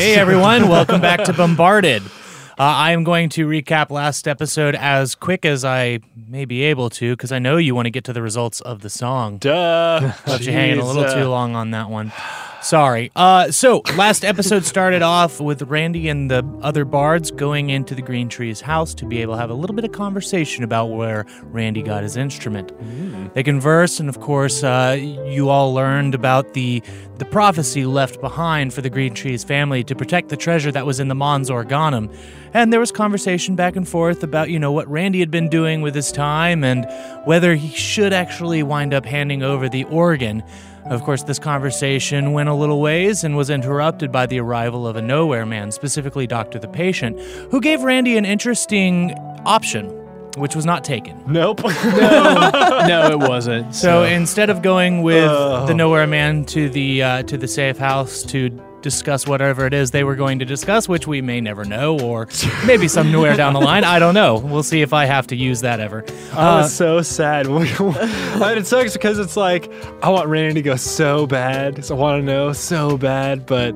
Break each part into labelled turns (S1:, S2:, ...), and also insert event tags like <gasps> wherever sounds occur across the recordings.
S1: everyone. Welcome back to Bombarded. Uh, I am going to recap last episode as quick as I may be able to because I know you want to get to the results of the song.
S2: Duh.
S1: Left you hanging a little
S2: Jeez,
S1: too
S2: uh,
S1: long on that one. Sorry. Uh, so last episode started off with Randy and the other bards going into the Green Tree's house to be able to have a little bit of conversation about where Randy got his instrument. They converse, and of course, uh, you all learned about the the prophecy left behind for the Green Tree's family to protect the treasure that was in the Mons Organum. And there was conversation back and forth about, you know, what Randy had been doing with his time and whether he should actually wind up handing over the organ. Of course, this conversation went a little ways and was interrupted by the arrival of a nowhere man, specifically Dr. the Patient, who gave Randy an interesting option, which was not taken.
S2: Nope. <laughs>
S3: no, it wasn't.
S1: So
S3: So,
S1: instead of going with the nowhere man to the uh, to the safe house to discuss whatever it is they were going to discuss, which we may never know, or maybe somewhere down the line, I don't know. We'll see if I have to use that ever.
S2: I was so sad. and it sucks because it's like I want Randy to go so bad. So I want to know so bad, but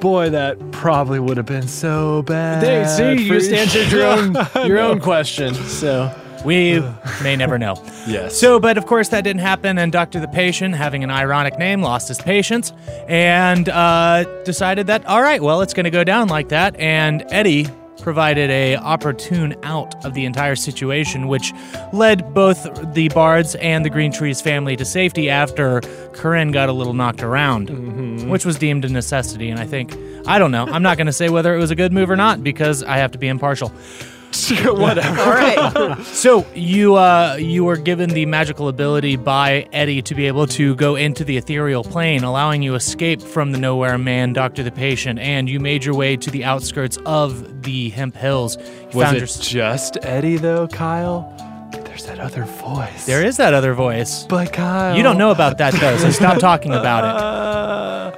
S2: boy, that probably would have been so bad.
S3: Hey, see,
S2: for
S3: you just answered your own
S2: <laughs>
S3: your own question. So,
S1: We may never know.
S2: Yes.
S1: So, but of course that didn't happen, and Doctor the Patient, having an ironic name, lost his patience and uh, decided that all right, well, it's going to go down like that. And Eddie provided a opportune out of the entire situation, which led both the Bards and the Green Trees family to safety after Corinne got a little knocked around, which was deemed a necessity. And I think I don't know. I'm not going to say whether it was a good move or not because I have to be impartial.
S2: whatever.
S4: All right.
S1: So you uh, you were given the magical ability by Eddie to be able to go into the ethereal plane, allowing you escape from the nowhere man, Doctor the Patient, and you made your way to the outskirts of the Hemp Hills. You
S2: Was
S1: found
S2: it
S1: yours-
S2: just Eddie though, Kyle? There's that other voice.
S1: there is that other voice.
S2: But Kyle,
S1: You don't know about that though, so stop talking about it.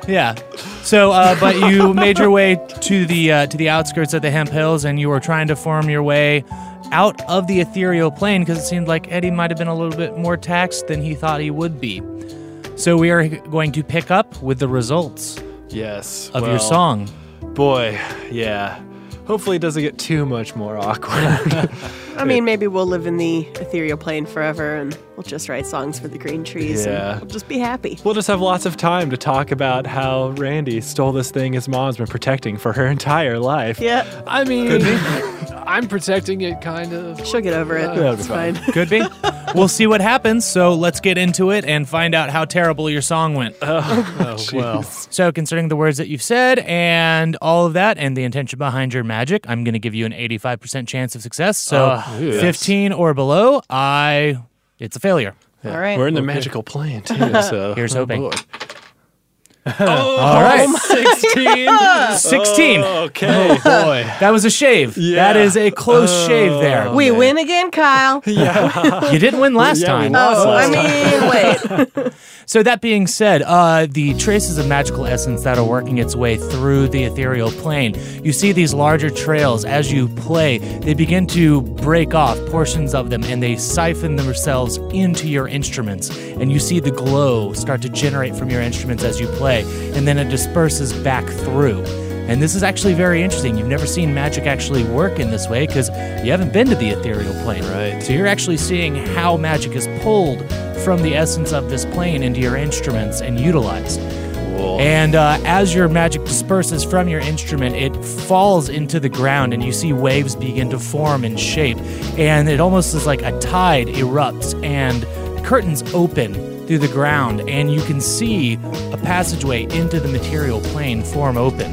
S2: Uh,
S1: Yeah. So, uh, but you made your way to the uh, to the outskirts of the Hemp Hills, and you were trying to form your way out of the ethereal plane because it seemed like Eddie might have been a little bit more taxed than he thought he would be. So we are going to pick up with the results
S2: yes.
S1: of your
S2: well,
S1: song.
S2: boy. Yeah. Hopefully, it doesn't get too much more
S3: <laughs>
S2: awkward.
S4: I mean, maybe we'll live in the ethereal plane forever and we'll just write songs for the green trees
S2: Yeah.
S4: and we'll just be happy.
S2: We'll just have lots of time to talk about how Randy stole this thing his mom's been protecting for her entire life.
S4: Yeah,
S3: I mean, <laughs> I'm protecting it, kind of.
S4: she'll get over it.
S2: That'll be
S4: it's
S2: fine.
S4: fine.
S1: Could be. we'll see what happens. So let's get into it and find out how terrible your song went.
S2: Oh, well.
S1: So, considering the words that you've said and all of that and the intention behind your magic, I'm going to give you an 85% chance of success. So,
S2: Ah, ooh, that's-
S1: 15 or below, I it's a failure.
S4: All right.
S2: We're in the magical plane,
S3: <laughs>
S2: too. So.
S1: Here's hoping.
S2: Oh, boy.
S1: <laughs>
S2: Oh,
S1: all right.
S2: 16.
S1: 16.
S3: Oh,
S2: okay. boy.
S1: That was a shave.
S2: Yeah.
S1: That is a close shave there.
S4: We
S2: Okay.
S4: win
S2: <laughs>
S4: again, Kyle.
S1: You didn't win last
S2: Yeah, we
S1: time.
S2: lost.
S4: Oh, I
S2: Awesome. <laughs>
S4: mean, wait.
S1: So that being said, uh, the traces of magical essence that are working its way through the ethereal plane, you see these larger trails as you play. They begin to break off portions of them and they siphon themselves into your instruments. And you see the glow start to generate from your instruments as you play, and then it disperses back through. And this is actually very interesting. You've never seen magic actually work in this way because you haven't been to the ethereal plane.
S2: Right.
S1: So you're actually seeing how magic is pulled from the essence of this plane into your instruments and utilized. And uh, as your magic disperses from your instrument, it falls into the ground, and you see waves begin to form and shape. And it almost is like a tide erupts, and curtains open through the ground, and you can see a passageway into the material plane form open.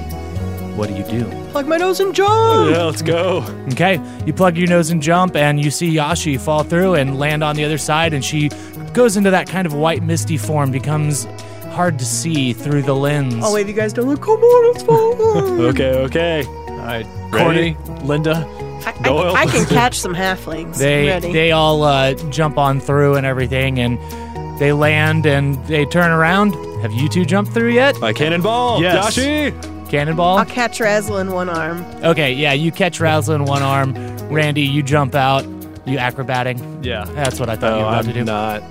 S1: What do you do?
S4: Plug my nose and jump.
S2: Yeah, let's go.
S1: Okay, you plug your nose and jump, and you see Yashi fall through and land on the other side, and she goes into that kind of white misty form, becomes hard to see through the lens.
S4: I'll wave you guys down. Like, come on, let's go.
S2: <laughs> Okay, okay.
S3: All right,
S2: Ready?
S3: Corny, Linda.
S4: I, I,
S2: Doyle.
S4: I can catch some halflings.
S1: They
S4: Ready.
S1: they all uh, jump on through and everything, and they land and they turn around. Have you two jumped through yet?
S2: My cannonball.
S3: Yes.
S2: Yashi.
S1: Cannonball.
S4: I'll catch Razzle in one arm.
S1: Okay, yeah, you catch Razzle in one arm. Randy, you jump out. You acrobating.
S3: Yeah.
S1: That's what I thought
S2: No,
S1: you were about
S2: Oh,
S1: to
S2: I'm
S1: do.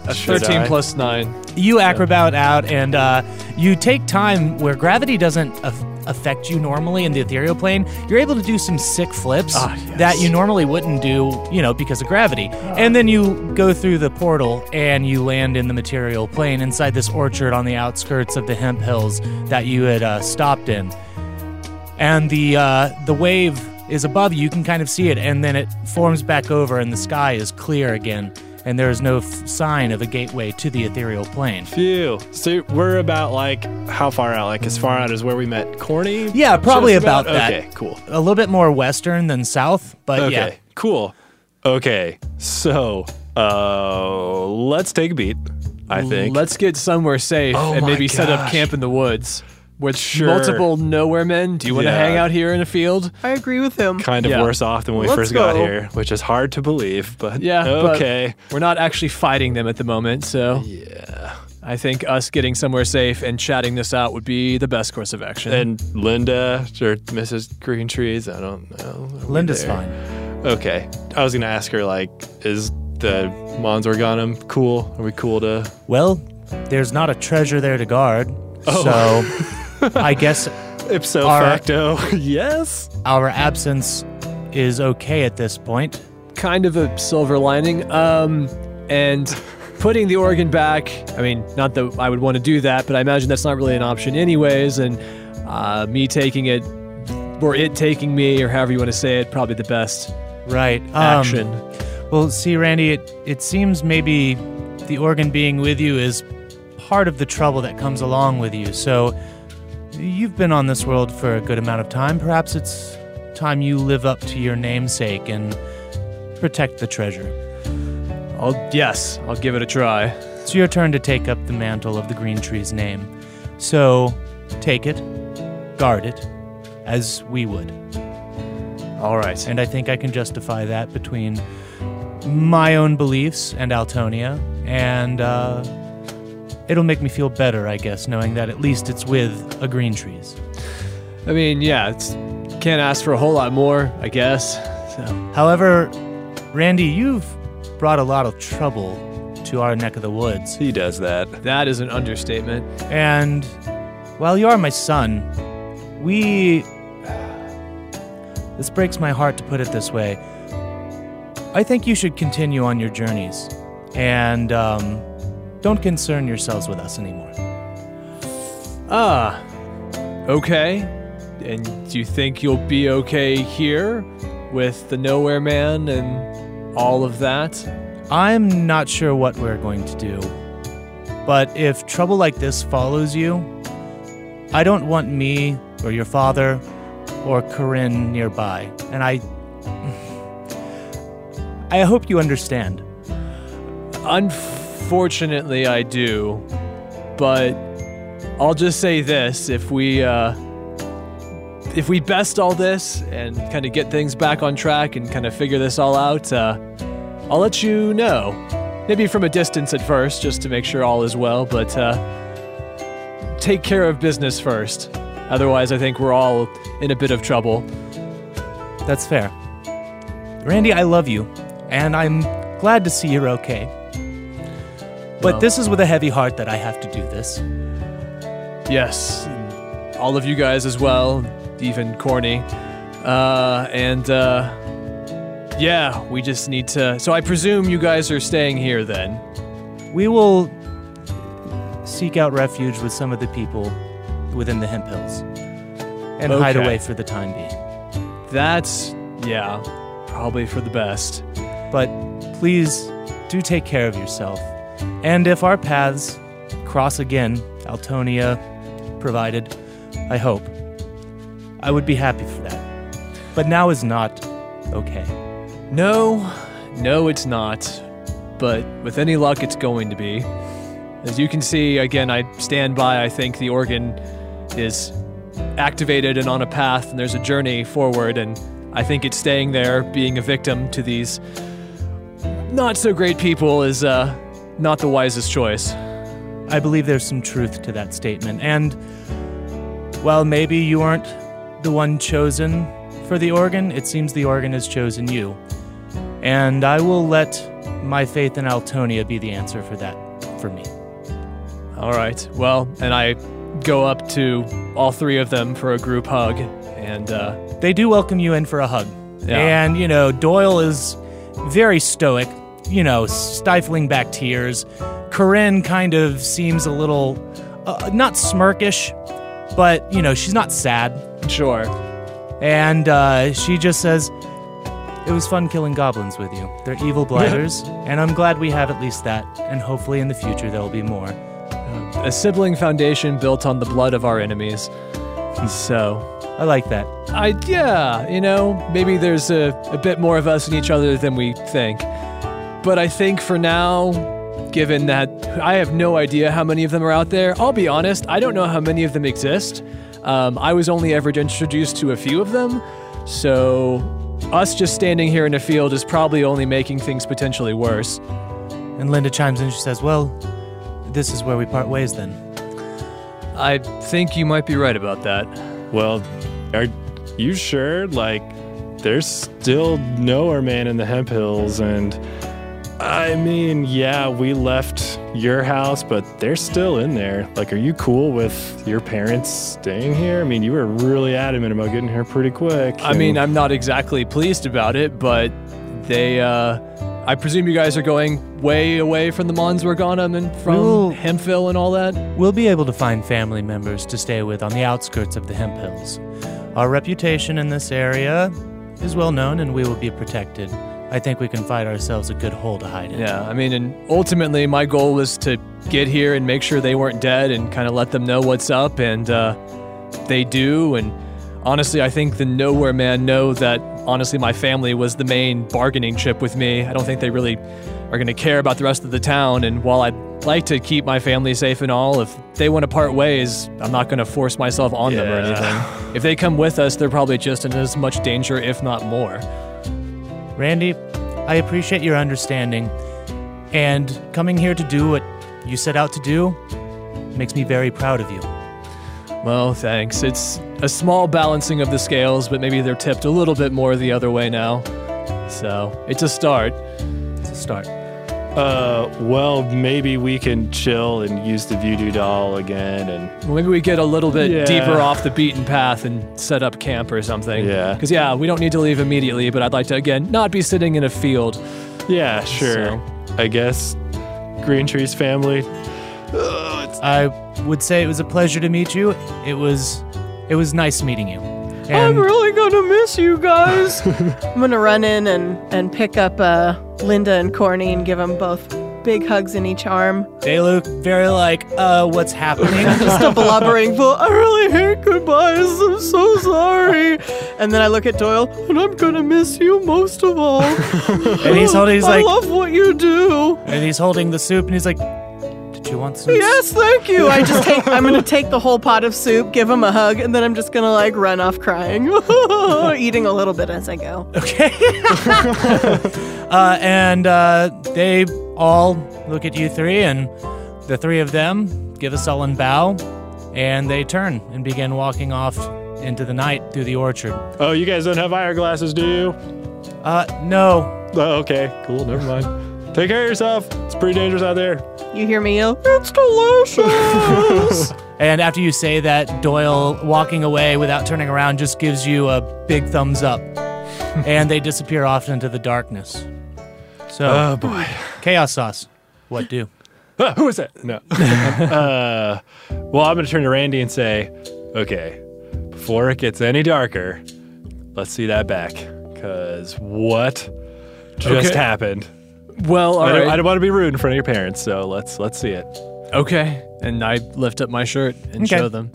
S2: not. Should
S3: Thirteen
S2: I?
S3: plus nine.
S1: you acrobat out and uh, you take time where gravity doesn't af- affect you normally in the ethereal plane, you're able to do some sick flips that you normally wouldn't do, you know, because of gravity. And then you go through the portal and you land in the material plane inside this orchard on the outskirts of the hemp hills that you had uh, stopped in and the uh, the wave is above you. You can kind of see it, and then it forms back over, and the sky is clear again, and there is no f- sign of a gateway to the ethereal plane.
S2: Phew. So we're about like how far out? Like as far out as where we met Corny?
S1: Yeah, probably
S2: Just
S1: about that.
S2: Okay, cool.
S1: A little bit more western than south, but
S2: Okay,
S1: yeah.
S2: cool. Okay, so uh, let's take a beat. I think.
S3: Let's get somewhere safe
S2: Oh
S3: and
S2: my
S3: maybe set up
S2: gosh.
S3: camp in the woods with
S2: Sure.
S3: multiple nowhere men. Do you want to
S2: Yeah.
S3: hang out here in a field?
S4: I agree with him.
S2: kind of
S3: Yeah.
S2: worse off than when we
S4: Let's
S2: first got
S4: go.
S2: here, which is hard to believe. But
S3: Yeah. but
S2: okay.
S3: we're not actually fighting them at the moment, so
S2: yeah.
S3: I think us getting somewhere safe and chatting this out would be the best course of action.
S2: And Linda or Mrs. Green Trees, I don't know. Are we
S1: Linda's
S2: there?
S1: fine.
S2: Okay. I was gonna ask her like, is the Mons Organum cool? Are we cool to?
S1: Well, there's not a treasure there to guard,
S2: Oh.
S1: so
S2: <laughs>
S1: I guess
S2: Ipso
S1: Our-
S2: facto, <laughs> yes.
S1: our absence is okay at this point.
S3: kind of a silver lining. Um, and putting the organ back, I mean, not that I would want to do that, but I imagine that's not really an option, anyways. And uh, me taking it, or it taking me, or however you want to say it, probably the best
S1: Right. um,
S3: action.
S1: Well, see, Randy, it, it seems maybe the organ being with you is part of the trouble that comes along with you. So you've been on this world for a good amount of time. Perhaps it's time you live up to your namesake and protect the treasure.
S3: I'll, yes, I'll give it a try.
S1: It's your turn to take up the mantle of the green tree's name. So take it, guard it, as we would.
S3: All right.
S1: And I think I can justify that between my own beliefs and Altonia. And uh, it'll make me feel better, I guess, knowing that at least it's with a green trees.
S3: I mean, yeah, it's, can't ask for a whole lot more, I guess. So,
S1: However, Randy, you've brought a lot of trouble to our neck of the woods.
S2: He does that.
S3: that is an understatement.
S1: And while you are my son, we. This breaks my heart to put it this way. I think you should continue on your journeys and um, don't concern yourselves with us anymore.
S3: Ah, okay. And do you think you'll be okay here with the Nowhere Man and all of that?
S1: I'm not sure what we're going to do, but if trouble like this follows you, I don't want me or your father or Corinne nearby. And I. <sighs> I hope you understand.
S3: Unfortunately, I do. But I'll just say this if we, uh, if we best all this and kind of get things back on track and kind of figure this all out, uh, I'll let you know. Maybe from a distance at first, just to make sure all is well, but uh, take care of business first. Otherwise, I think we're all in a bit of trouble.
S1: That's fair. Randy, I love you, and I'm glad to see you're okay. But
S3: Well- uh,
S1: this is with a heavy heart that I have to do this.
S3: Yes, all of you guys as well, even Corny. Uh, and uh, yeah, we just need to. So I presume you guys are staying here then.
S1: We will seek out refuge with some of the people within the Hemp Hills and hide
S3: Okay.
S1: away for the time being.
S3: That's yeah, probably for the best.
S1: But please do take care of yourself. And if our paths cross again, Altonia provided, I hope, I would be happy for that. But now is not okay.
S3: No, no, it's not. But with any luck, it's going to be. As you can see, again, I stand by. I think the organ is activated and on a path, and there's a journey forward. And I think it's staying there, being a victim to these not so great people, is uh, not the wisest choice.
S1: I believe there's some truth to that statement. And while maybe you aren't the one chosen for the organ, it seems the organ has chosen you. And I will let my faith in Altonia be the answer for that for me.
S3: All right. Well, and I go up to all three of them for a group hug, and uh,
S1: They do welcome you in for a hug.
S3: Yeah.
S1: And, you know, Doyle is very stoic, you know, stifling back tears. Corinne kind of seems a little, uh, not smirkish, but, you know, she's not sad.
S3: sure.
S1: And uh, she just says, It was fun killing goblins with you. They're evil blighters, and I'm glad we have at least that. And hopefully in the future there will be more.
S3: a sibling foundation built on the blood of our enemies. So,
S1: I like that.
S3: I, yeah, you know, maybe there's a, a bit more of us in each other than we think. But I think for now, given that I have no idea how many of them are out there, I'll be honest, I don't know how many of them exist. Um, I was only ever introduced to a few of them. So, us just standing here in a field is probably only making things potentially worse.
S1: And Linda chimes in, she says, Well, this is where we part ways then.
S3: I think you might be right about that.
S2: Well, are you sure? Like, there's still nowhere man in the hemp hills, and I mean, yeah, we left your house, but they're still in there. Like, are you cool with your parents staying here? I mean, you were really adamant about getting here pretty quick.
S3: I mean,
S2: and-
S3: I'm not exactly pleased about it, but they, uh, I presume you guys are going way away from the Mons Morganum and from
S1: Ooh.
S3: Hemphill and all that.
S1: We'll be able to find family members to stay with on the outskirts of the Hemp Hills. Our reputation in this area is well known, and we will be protected. I think we can find ourselves a good hole to hide in.
S3: Yeah, I mean, and ultimately, my goal was to get here and make sure they weren't dead and kind of let them know what's up, and uh, they do. And honestly, I think the Nowhere Man know that honestly, my family was the main bargaining chip with me. I don't think they really are going to care about the rest of the town. And while I'd like to keep my family safe and all, if they want to part ways, I'm not going to force myself on them or
S2: Yeah.
S3: anything. If they come with us, they're probably just in as much danger, if not more.
S1: Randy, I appreciate your understanding and coming here to do what you set out to do makes me very proud of you.
S3: Well, thanks. It's a small balancing of the scales, but maybe they're tipped a little bit more the other way now. So it's a start.
S1: It's a start.
S2: uh, well, maybe we can chill and use the voodoo doll again, and
S3: Well, maybe we get a little bit
S2: Yeah.
S3: deeper off the beaten path and set up camp or something.
S2: Yeah.
S3: Because, yeah, we don't need to leave immediately, but I'd like to, again, not be sitting in a field.
S2: yeah, sure. I guess Green Tree's family. Ugh, it's
S1: I would say it was a pleasure to meet you. It was it was nice meeting you.
S4: <laughs> I'm
S1: And
S4: Oh, really gonna miss you
S2: <laughs>
S4: guys. I'm gonna run in and, and pick up uh, Linda and Corny and give them both big hugs in each arm.
S1: they look very like, uh, what's happening?
S4: Just a blubbering fool. I really hate goodbyes. I'm so sorry. And then I look at Doyle, and I'm gonna miss you most of all.
S1: and he's holding he's
S4: I
S1: like
S4: love what you do.
S1: and he's holding the soup and he's like, Did you want soup?
S4: Yes, thank you. I just take. I'm gonna take the whole pot of soup, give him a hug, and then I'm just gonna like run off crying, <laughs> eating a little bit as I go.
S1: <laughs> Uh, and uh, they all look at you three, and the three of them give a sullen bow, and they turn and begin walking off into the night through the orchard.
S2: Oh, you guys don't have eye glasses, do you?
S1: Uh, no,
S2: Oh, okay, cool. Never mind. Take care of yourself. It's pretty dangerous out there.
S4: You hear me yell? It's delicious.
S1: and after you say that, Doyle walking away without turning around just gives you a big thumbs up, and they disappear off into the darkness. So,
S2: boy.
S1: chaos sauce, what do?
S2: Ah, who is that? No. <laughs> uh, well, I'm gonna turn to Randy and say, okay, before it gets any darker, let's see that back, cause what just
S3: Okay.
S2: happened?
S3: Well, all
S2: I
S3: right.
S2: don't, I don't want to be rude in front of your parents, so let's let's see it.
S3: okay. And I lift up my shirt and
S1: Okay.
S3: show them.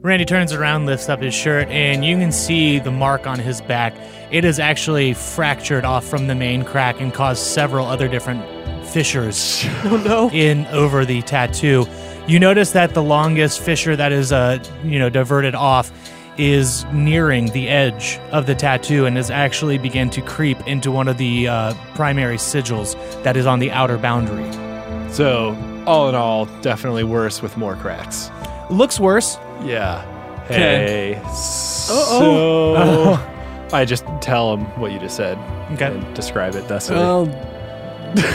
S1: Randy turns around, lifts up his shirt, and you can see the mark on his back. It is actually fractured off from the main crack and caused several other different fissures in over the tattoo. You notice that the longest fissure that is, uh, you know, diverted off is nearing the edge of the tattoo and has actually begun to creep into one of the uh, primary sigils that is on the outer boundary.
S2: So, all in all, definitely worse with more cracks.
S1: Looks worse.
S2: Yeah.
S3: Okay.
S2: Hey. So, <laughs> I just tell them what you just said
S1: Okay.
S2: and describe it. That's
S3: Well, Um,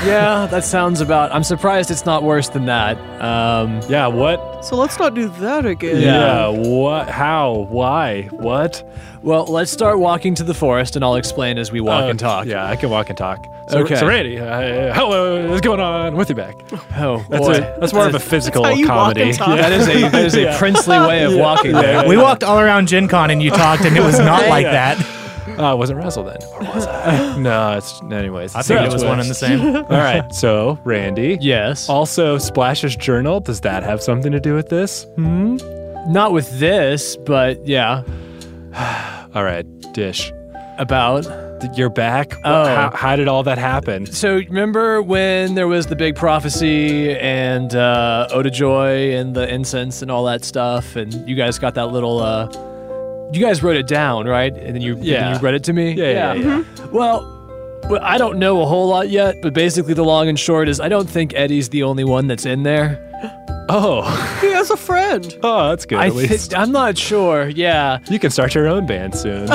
S3: yeah, that sounds about. I'm surprised it's not worse than that. Um,
S2: Yeah, what?
S4: So let's not do that again.
S2: Yeah. what? How? Why? What?
S3: well, let's start walking to the forest, and I'll explain as we walk
S2: Uh,
S3: and talk.
S2: Yeah, I can walk and talk. So,
S3: Okay.
S2: So Randy, uh, hello, what's going on with you back?
S3: Oh
S2: That's,
S3: boy,
S2: a, that's more of a physical
S4: how you walk
S2: comedy.
S4: and talk.
S3: that is a that is <laughs> a
S2: <laughs>
S3: princely way of walking. there.
S1: We walked all around Gen Con and you talked, and it was not like
S2: Yeah.
S1: that.
S2: Uh, was it Russell then? Or was I? no, it's anyways.
S1: I think it was one and the same.
S2: <laughs> All right, so Randy.
S3: Yes.
S2: Also, Splash's journal. Does that have something to do with this?
S3: Not with this, but yeah.
S2: All right, Dish.
S3: About.
S2: th- You're back.
S3: Oh.
S2: How, how did all that happen?
S3: So remember when there was the big prophecy and uh, Oda Joy and the incense and all that stuff, and you guys got that little. Uh, you guys wrote it down, right? And then you and then
S2: Yeah.
S3: you read it to me.
S2: Yeah, yeah, yeah.
S3: Well, well, I don't know a whole lot yet, but basically the long and short is I don't think Eddie's the only one that's in there.
S2: Oh,
S4: He has a friend.
S2: <laughs> oh, that's good.
S3: I
S2: at least
S3: thi- I'm not sure. Yeah.
S2: you can start your own band <laughs> soon.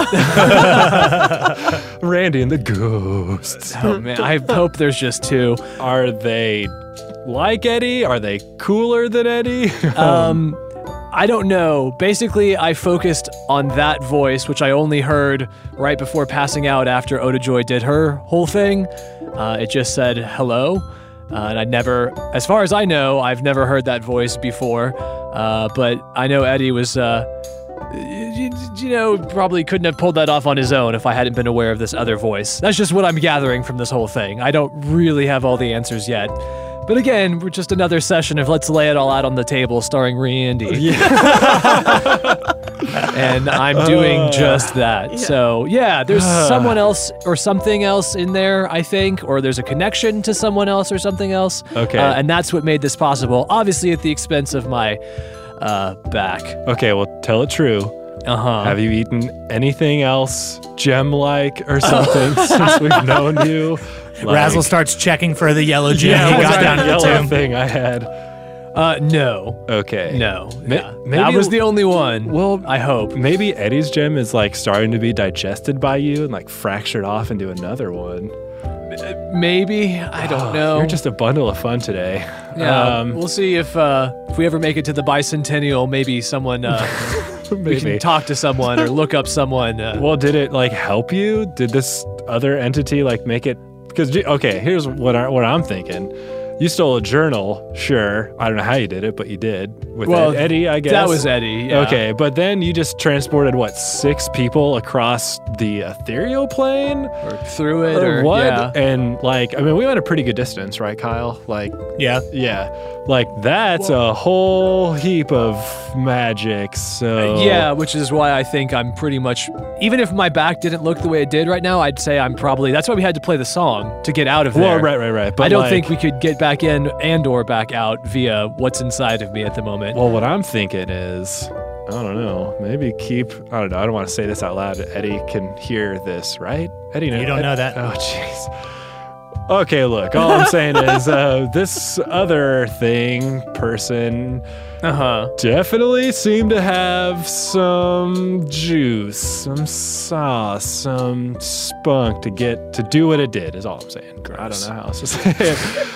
S2: Randy and the Ghosts.
S3: Oh man, I hope there's just two.
S2: Are they like Eddie? Are they cooler than Eddie?
S3: Um, I don't know. Basically, I focused on that voice, which I only heard right before passing out after Oda Joy did her whole thing. Uh, it just said hello. Uh, and I never, as far as I know, I've never heard that voice before. Uh, but I know Eddie was, uh, you, you know, probably couldn't have pulled that off on his own if I hadn't been aware of this other voice. That's just what I'm gathering from this whole thing. I don't really have all the answers yet. But again, we're just another session of let's lay it all out on the table, starring Randy. <laughs> and I'm doing just that. So yeah, there's someone else or something else in there, I think, or there's a connection to someone else or something else.
S2: Okay.
S3: uh, and that's what made this possible. Obviously, at the expense of my uh, back.
S2: <laughs> okay, well, tell it true.
S3: Uh huh.
S2: Have you eaten anything else gem like or <laughs> something since we've known you?
S1: Razzle starts checking for the yellow gem
S2: yeah,
S1: he
S2: what's
S1: got
S2: that
S1: down at the
S2: yellow
S1: tomb.
S2: thing I had.
S3: Uh, no,
S2: Okay.
S3: no.
S2: Ma-
S3: yeah.
S2: maybe
S3: that was
S2: it-
S3: the only one.
S2: Well,
S3: I hope.
S2: Maybe Eddie's gem is like starting to be digested by you and like fractured off into another one.
S3: Maybe I don't know.
S2: Ah, You're just a bundle of fun today.
S3: Yeah,
S2: Um,
S3: we'll see if uh, if we ever make it to the bicentennial. Maybe
S2: <laughs>
S3: someone uh, we
S2: maybe.
S3: can talk to someone or look up someone. Uh,
S2: well, did it like help you? Did this other entity like make it? Because okay, here's what I, what I'm thinking. You stole a journal, sure. I don't know how you did it, but you did with
S3: Well,
S2: Ed- Eddie, I guess.
S3: that was Eddie. yeah.
S2: Okay, but then you just transported what six people across the ethereal plane
S3: or through it
S2: or,
S3: or,
S2: what?
S3: yeah.
S2: And like, I mean, we went a pretty good distance, right, Kyle? Like,
S1: Yeah.
S2: yeah, like that's a whole heap of magic. So
S3: Uh, Yeah, which is why I think I'm pretty much even if my back didn't look the way it did right now, I'd say I'm probably that's why we had to play the song to get out of
S2: Well,
S3: there.
S2: right, right, right. But
S3: I don't
S2: like-
S3: think we could get back in and or back out via what's inside of me at the moment.
S2: Well, what I'm thinking is, I don't know. Maybe keep. I don't know. I don't want to say this out loud. Eddie can hear this, right? Eddie,
S1: You don't
S2: Ed-
S1: know that.
S2: Oh, jeez. Okay, look. All I'm saying is, uh, this other thing, person,
S3: Uh
S2: uh-huh.
S3: huh.
S2: definitely seemed to have some juice, some sauce, some spunk to get to do what it did. Is all I'm saying. I don't know how else to say it.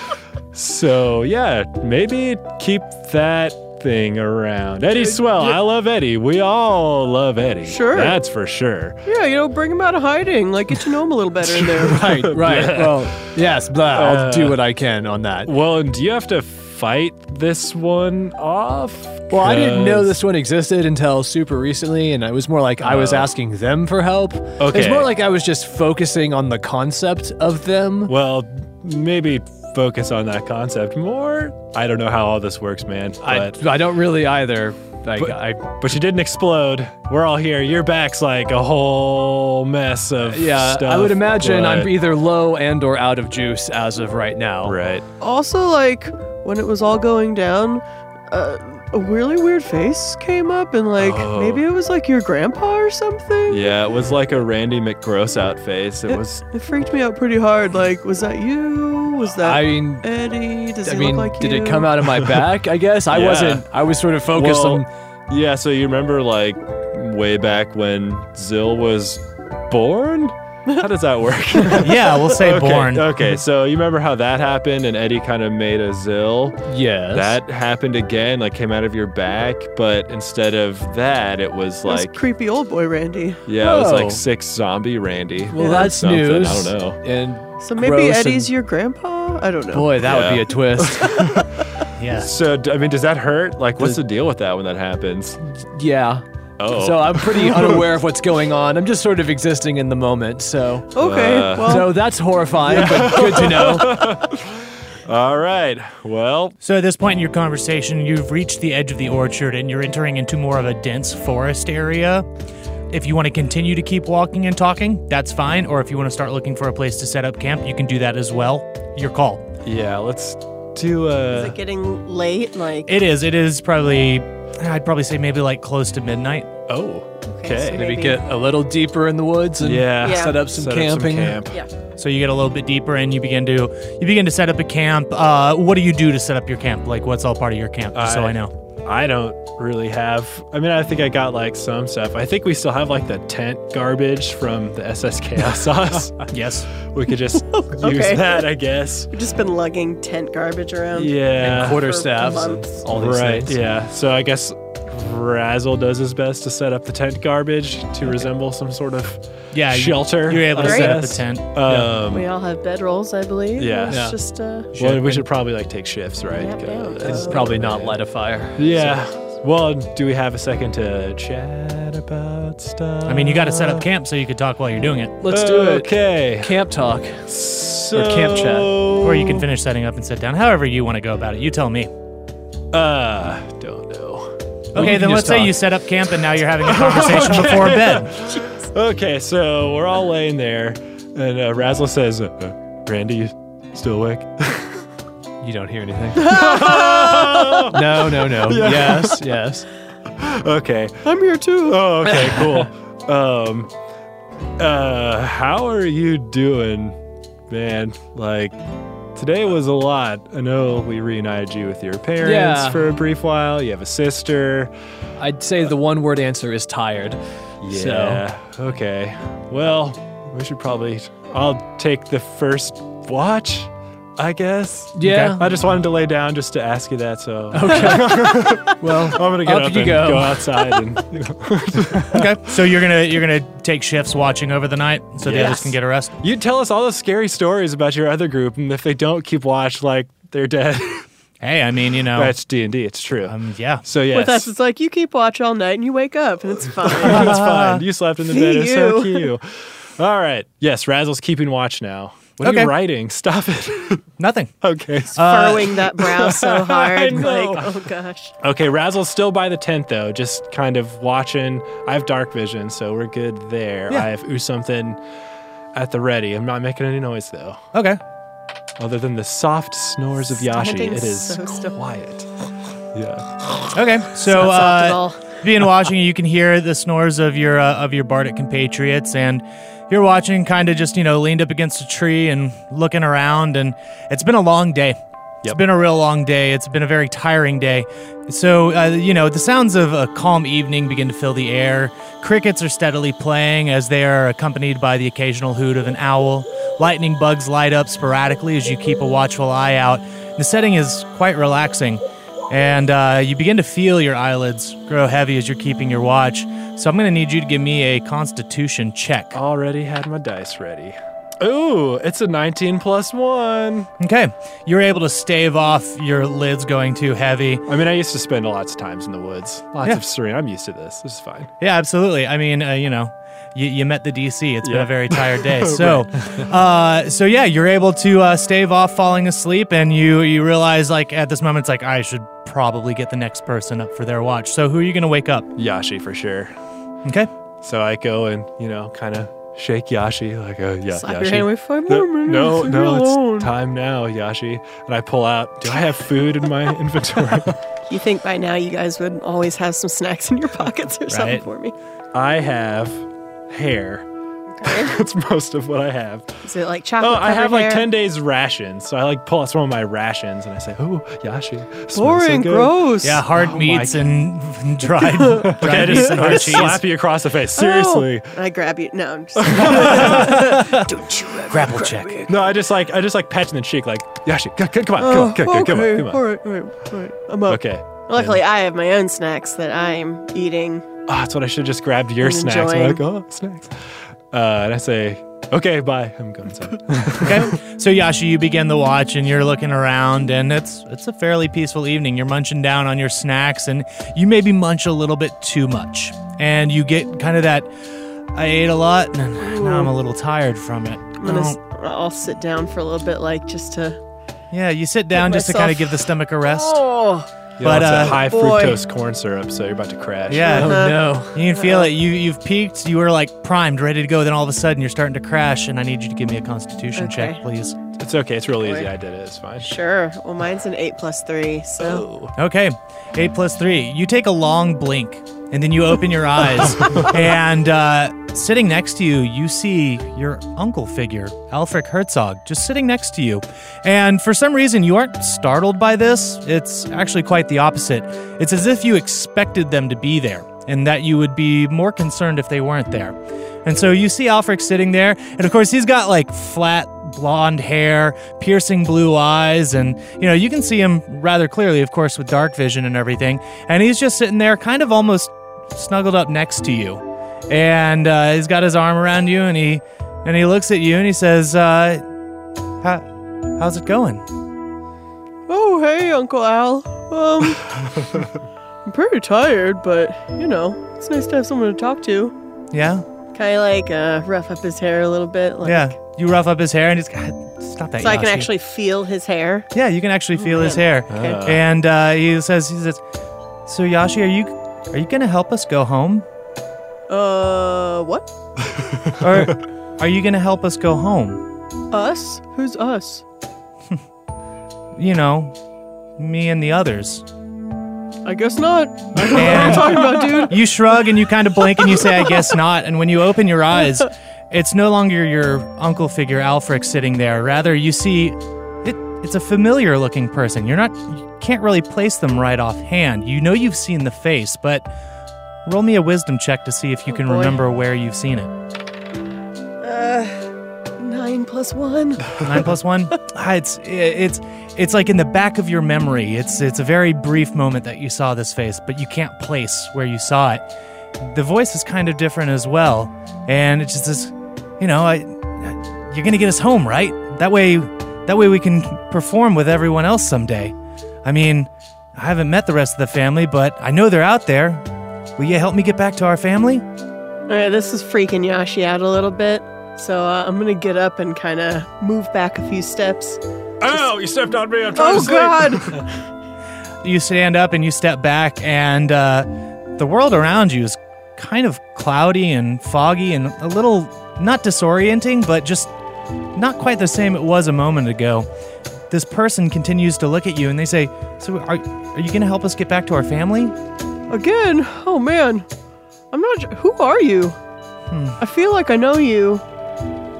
S2: so yeah, maybe keep that thing around. Eddie Swell, I love Eddie. We all love Eddie.
S4: Sure.
S2: that's for sure.
S4: Yeah, you know, bring him out of hiding. Like, get to know him a little better in there.
S3: <laughs>
S2: <laughs>
S3: Right, Uh. right. Well, yes, blah. I'll do what I can on that.
S2: Well, and do you have to fight this one off?
S3: Well, I didn't know
S2: 'Cause-
S3: this one existed until super recently, and it was more like I was asking them for help. It's
S2: Okay.
S3: more like I was just focusing on the concept of them.
S2: Well, maybe focus on that concept more. I don't know how all this works, man. But
S3: I, I don't really either. Like,
S2: But-
S3: I
S2: But you didn't explode. We're all here. Your back's like a whole mess of
S3: yeah,
S2: stuff.
S3: I would imagine I'm
S2: but-
S3: either low and or out of juice as of right now.
S2: right.
S4: Also, like, when it was all going down, uh, a really weird face came up, and like,
S2: Oh.
S4: maybe it was like your grandpa or something.
S2: Yeah, it was like a Randy McGross out face. It
S3: <laughs>
S2: was
S4: It freaked me out pretty hard. Like, was that you? Was that
S3: I mean,
S4: Eddie? Does
S3: I
S4: he
S3: mean,
S4: look like
S3: did
S4: you?
S3: it come out of my back? I guess
S2: <laughs>
S3: I
S2: Yeah.
S3: wasn't. I was sort of focused
S2: Well,
S3: on.
S2: Yeah, so you remember like way back when Zill was born? How does that
S3: <laughs>
S1: <laughs>
S2: work?
S1: yeah, we'll say
S2: <laughs> okay, uh,
S1: born.
S2: Okay, so you remember how that happened and Eddie kind of made a zill?
S3: Yes.
S2: That happened again, like came out of your back, but instead of that, it was
S4: That's
S2: like,
S4: creepy old boy Randy.
S2: yeah, it was
S3: Whoa.
S2: like six zombie Randy.
S3: Well,
S2: or
S3: that's
S2: something,
S3: news.
S2: I don't know.
S3: And
S4: So maybe
S3: gross
S4: Eddie's
S3: and-
S4: your grandpa? I don't know.
S3: boy, that would be
S2: Yeah. <laughs>
S3: a twist.
S1: Yeah.
S2: So, d- I mean, does that hurt? Like, what's the deal with that when that happens?
S3: yeah.
S2: Oh.
S3: So I'm
S4: <laughs>
S3: pretty unaware of what's going on. I'm just sort of existing in the moment. So.
S4: Okay.
S2: Uh,
S4: well,
S3: So that's horrifying, but good to know.
S2: All right. Well,
S1: So at this point in your conversation, you've reached the edge of the orchard and you're entering into more of a dense forest area. If you want to continue to keep walking and talking, that's fine. Or if you want to start looking for a place to set up camp, you can do that as well. Your call.
S2: yeah, let's do uh,
S4: is
S2: a.
S4: it getting late? Like,
S1: It is. It is probably. I'd probably say maybe like close to midnight.
S2: oh,
S4: <laughs> Okay, so
S2: okay.
S3: Maybe get a little deeper in the woods and
S2: Yeah.
S4: Yeah.
S3: set up some
S2: Set up
S3: camping.
S2: camp.
S4: yeah.
S1: So you get a little bit deeper and you begin to you begin to set up a camp. Uh, what do you do to set up your camp? Like what's all part of your camp? Just so
S2: I-
S1: I know.
S2: I don't really have. I mean, I think I got like some stuff. I think we still have like the tent garbage from the SS Chaos
S4: <laughs>
S2: Sauce.
S1: Yes.
S2: we could just use
S4: Okay.
S2: that, I guess.
S4: We've just been lugging tent garbage around.
S2: Yeah.
S3: Quarter
S4: For
S3: staffs, and
S4: months.
S3: all these
S2: right.
S3: things.
S2: Yeah. So I guess Razzle does his best to set up the tent garbage to resemble some sort of
S1: Yeah. you-
S2: shelter.
S1: You're able to
S2: I
S1: set up the
S2: guess.
S1: tent.
S2: Um,
S4: We all have bedrolls, I believe.
S2: Yeah.
S4: It's
S2: Yeah.
S4: just uh,
S2: well, we should probably like take shifts, right?
S4: Yep, yeah, we
S3: It's
S4: Oh,
S3: probably not light a fire.
S2: Yeah. Well, do we have a second to chat about stuff?
S1: I mean, you got to set up camp so you could talk while you're doing it,
S3: Let's do it.
S2: Okay.
S3: Camp talk.
S2: So,
S3: camp chat.
S1: or you can finish setting up and sit down. However you want to go about it. You tell me.
S2: Uh, don't know.
S1: Okay,
S3: can
S1: then
S3: just
S1: let's say
S3: talk.
S1: you set up camp and now you're
S2: <laughs>
S1: having a conversation before bed.
S2: Okay, so we're all laying there, and uh, Razzle says, uh, uh, "Randy, you still awake?" <laughs>
S3: You don't hear <laughs> anything.
S2: Oh,
S3: no, no, no. <laughs> Yes, yes.
S2: okay.
S4: I'm here too.
S2: Oh, okay, cool. <laughs> um, uh, how are you doing, man? Like. Today was a lot. I know we reunited you with your parents
S3: Yeah.
S2: for a brief while. You have a sister.
S3: I'd say the one word answer is tired.
S2: Yeah. Okay. Well, we should probably. I'll take the first watch, I guess.
S3: Yeah.
S2: I just wanted to lay down just to ask you that, so <laughs>
S3: Well,
S2: I'm gonna get
S3: Up
S2: up,
S3: you
S2: and
S3: go.
S2: go, outside.
S3: <laughs>
S2: And
S1: Okay, so you're gonna you're gonna take shifts watching over the night so the others
S2: Yes.
S1: can get a rest.
S2: you tell us all the scary stories about your other group, and if they don't keep watch, like they're dead. <laughs>
S1: Hey, I mean, you know,
S2: That's D and D. It's true.
S1: um, yeah.
S2: so yes, Uh,
S4: With
S2: <laughs>
S4: us, it's like you keep watch all night and you wake up and it's fine.
S2: it's fine. You slept in the bed. It's so
S4: See
S2: cute. All right. Yes, Razzle's keeping watch now. What are
S1: Okay.
S2: you writing? Stop it. <laughs>
S1: Nothing.
S2: okay.
S4: Furrowing that brow so
S2: <laughs>
S4: hard.
S2: I know.
S4: Like, oh gosh.
S2: Okay, Razzle's still by the tent though, just kind of watching. I have dark vision, so we're good there.
S1: Yeah.
S2: I have ooh something at the ready. I'm not making any noise though,
S1: Okay.
S2: other than the soft snores of Yashi.
S4: Standing
S2: It is
S4: so still.
S2: quiet. Yeah.
S1: Okay. So
S4: Not soft at
S1: uh,
S4: all.
S1: being watching, you can hear the snores of your uh, of your bardic compatriots, and you're watching, kind of just you know leaned up against a tree and looking around. And it's been a long day. It's
S2: Yep.
S1: been a real long day. It's been a very tiring day. So uh, you know the sounds of a calm evening begin to fill the air. Crickets are steadily playing as they are accompanied by the occasional hoot of an owl. Lightning bugs light up sporadically as you keep a watchful eye out. The setting is quite relaxing and uh, you begin to feel your eyelids grow heavy as you're keeping your watch. So I'm going to need you to give me a Constitution check.
S2: Already had my dice ready. Ooh, it's a 19 plus one.
S1: Okay, you're able to stave off your lids going too heavy.
S2: I mean, I used to spend lots of times in the woods. Lots
S1: Yeah.
S2: of serene. I'm used to this. This is fine.
S1: Yeah, absolutely. I mean, uh, you know, you, you met the DC. It's been
S2: Yeah.
S1: a very tired
S2: <laughs>
S1: day. So, uh, so yeah, you're able to uh, stave off falling asleep, and you you realize like at this moment, it's like I should probably get the next person up for their watch. So who are you going to wake up?
S2: Yashi for sure.
S1: Okay.
S2: So I go and you know, kind of shake Yashi like, oh yeah,
S4: Slap
S2: Yashi.
S4: your hand away for five
S2: No,
S4: more minutes.
S2: no,
S4: leave me
S2: no,
S4: alone.
S2: it's time now, Yashi. And I pull out, do I have food in
S4: <laughs>
S2: my inventory?
S4: You think by now you guys would always have some snacks in your pockets or something
S1: Right.
S4: for me?
S2: I have hair <laughs>
S4: Okay.
S2: That's most of what I have.
S4: Is it like chocolate?
S2: Oh, I have
S4: covered
S2: like
S4: hair?
S2: 10 days rations. So I like pull out some of my rations and I say, oh, yashi. smells so
S4: Boring,
S2: good."
S4: gross.
S1: Yeah, hard
S2: Oh
S1: meats and <laughs>
S2: <laughs>
S1: dried, dried
S2: I
S1: meats
S2: just
S1: and
S2: I
S1: hard
S2: slap
S1: cheese.
S2: you across the face.
S4: Oh.
S2: Seriously.
S4: And I grab you. No,
S2: <laughs>
S4: I'm just. Don't you ever
S1: Grapple
S4: grab
S1: check.
S4: me.
S2: No, I just like, I just like pat you in the cheek, like, Yashi, c- c- come on,
S4: Oh,
S2: come on, c- c- come on,
S4: okay.
S2: come on.
S4: All right, all right, all right. I'm up.
S2: Okay.
S4: Oh, Luckily, I have my own snacks that I'm eating.
S2: Oh, that's what I should have just grabbed your
S4: I'm
S2: snacks. I'm
S4: enjoying.
S2: like, oh, snacks. Uh, and I say, okay, bye. I'm going
S4: <laughs>
S2: inside.
S1: Okay. So Yashi, you begin the watch and you're looking around and it's it's a fairly peaceful evening. You're munching down on your snacks and you maybe munch a little bit too much. And you get kind of that I ate a lot and now I'm a little tired from it.
S4: I'm gonna,
S1: Oh.
S4: s- I'll sit down for a little bit, like just to.
S1: Yeah, you sit down just to
S4: myself-
S1: kind of give the stomach a rest.
S4: Oh,
S2: You
S1: But,
S2: know, it's
S1: uh,
S2: a high
S4: boy.
S2: fructose corn syrup, so you're about to crash.
S1: Yeah.
S4: Uh-huh.
S3: no.
S1: You can feel it. You you've peaked. You were like primed, ready to go. Then all of a sudden, you're starting to crash, and I need you to give me a Constitution check,
S4: Okay.
S1: please.
S2: It's okay. It's real easy.
S4: Boy.
S2: I did it. It's fine.
S4: sure. Well, mine's an eight plus three, so
S1: Okay, eight plus three. You take a long blink, and then you open your eyes, and uh, sitting next to you, you see your uncle figure, Alfred Herzog, just sitting next to you. And for some reason, you aren't startled by this. It's actually quite the opposite. It's as if you expected them to be there, and that you would be more concerned if they weren't there. And so you see Alfred sitting there, and of course he's got like flat blonde hair, piercing blue eyes, and you know, you can see him rather clearly, of course, with dark vision and everything. And he's just sitting there, kind of almost snuggled up next to you. And uh, he's got his arm around you, and he and he looks at you and he says, uh, "How- "How's it going?"
S4: <gasps> Oh, hey, Uncle Al. Um, I'm pretty tired, but you know, it's nice to have someone to talk to.
S1: Yeah,
S4: Kind of like uh, rough up his hair a little bit, like,
S1: yeah. You rough up his hair, and he's God, stop that.
S4: so I can
S1: Yashi."
S4: actually feel his hair.
S1: Yeah, you can actually feel his hair.
S4: Okay.
S2: Uh,
S1: and uh, he says, "He says, so Yashi, are you are you gonna help us go home,
S4: Uh, what?
S1: or are you gonna help us go home?
S4: Us? Who's us?
S1: You know, me and the others."
S4: I guess not. I don't know what I'm
S1: And-
S4: talking about, dude.
S1: You shrug and you kind of blink and you say, "I guess not." And when you open your eyes, it's no longer your uncle figure Alfric sitting there. Rather, you see it, it's a familiar-looking person. You're not you can't really place them right offhand. You know you've seen the face, but roll me a wisdom check to see if you
S4: Oh,
S1: can
S4: boy.
S1: remember where you've seen it.
S4: Uh, nine plus one. <laughs>
S1: Nine plus one. <laughs> Ah, it's it's it's like in the back of your memory. It's it's a very brief moment that you saw this face, but you can't place where you saw it. The voice is kind of different as well, and it's just this, you know, I, I- you're gonna get us home, right? That way, that way we can perform with everyone else someday. I mean, I haven't met the rest of the family, but I know they're out there. Will you help me get back to our family?
S4: All right, this is freaking Yashi out a little bit. So uh, I'm gonna get up and kind of move back a few steps.
S2: oh, you stepped on me. I'm trying
S4: Oh
S2: to sleep. <laughs>
S4: God!
S1: you stand up and you step back, and uh, the world around you is kind of cloudy and foggy and a little not disorienting, but just not quite the same it was a moment ago. This person continues to look at you and they say, So, are, are you going to help us get back to our family?
S4: Again? Oh man, I'm not. su- Who are you?
S1: Hmm.
S4: I feel like I know you,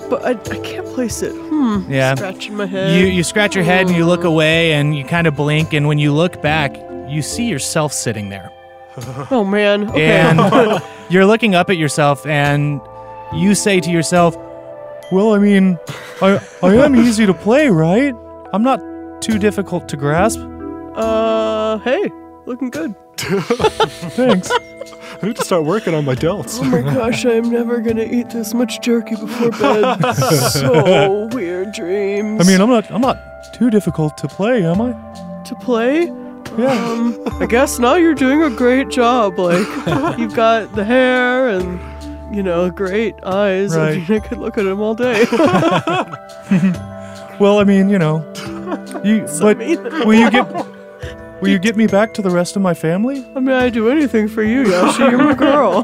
S4: but I, I can't place it. Hmm.
S1: Yeah.
S4: Scratching my head.
S1: You, you scratch your head and you look away and you kind of blink, and when you look back, you see yourself sitting there.
S4: oh man. Okay. <laughs>
S1: and you're looking up at yourself and you say to yourself well i mean i, I am easy to play right i'm not too difficult to grasp
S4: uh, hey, looking good.
S1: thanks
S2: I need to start working on my delts.
S4: Oh
S1: <laughs>
S4: my gosh, I am never gonna eat this much jerky
S1: <laughs>
S4: before bed. so weird dreams.
S1: i mean i'm not i'm not too difficult to play am i
S4: to play.
S1: Yeah.
S4: Um, I guess now you're doing a great
S1: <laughs>
S4: job. Like you've got the hair and you know great eyes. I
S1: Right.
S4: mean, <laughs> I could look at them all day.
S1: well i mean you know
S4: <laughs>
S1: you but
S4: mean.
S1: will you get will you get me back to the rest of my family
S4: I mean, I'd do anything for you, Yoshi. You're my <laughs> girl.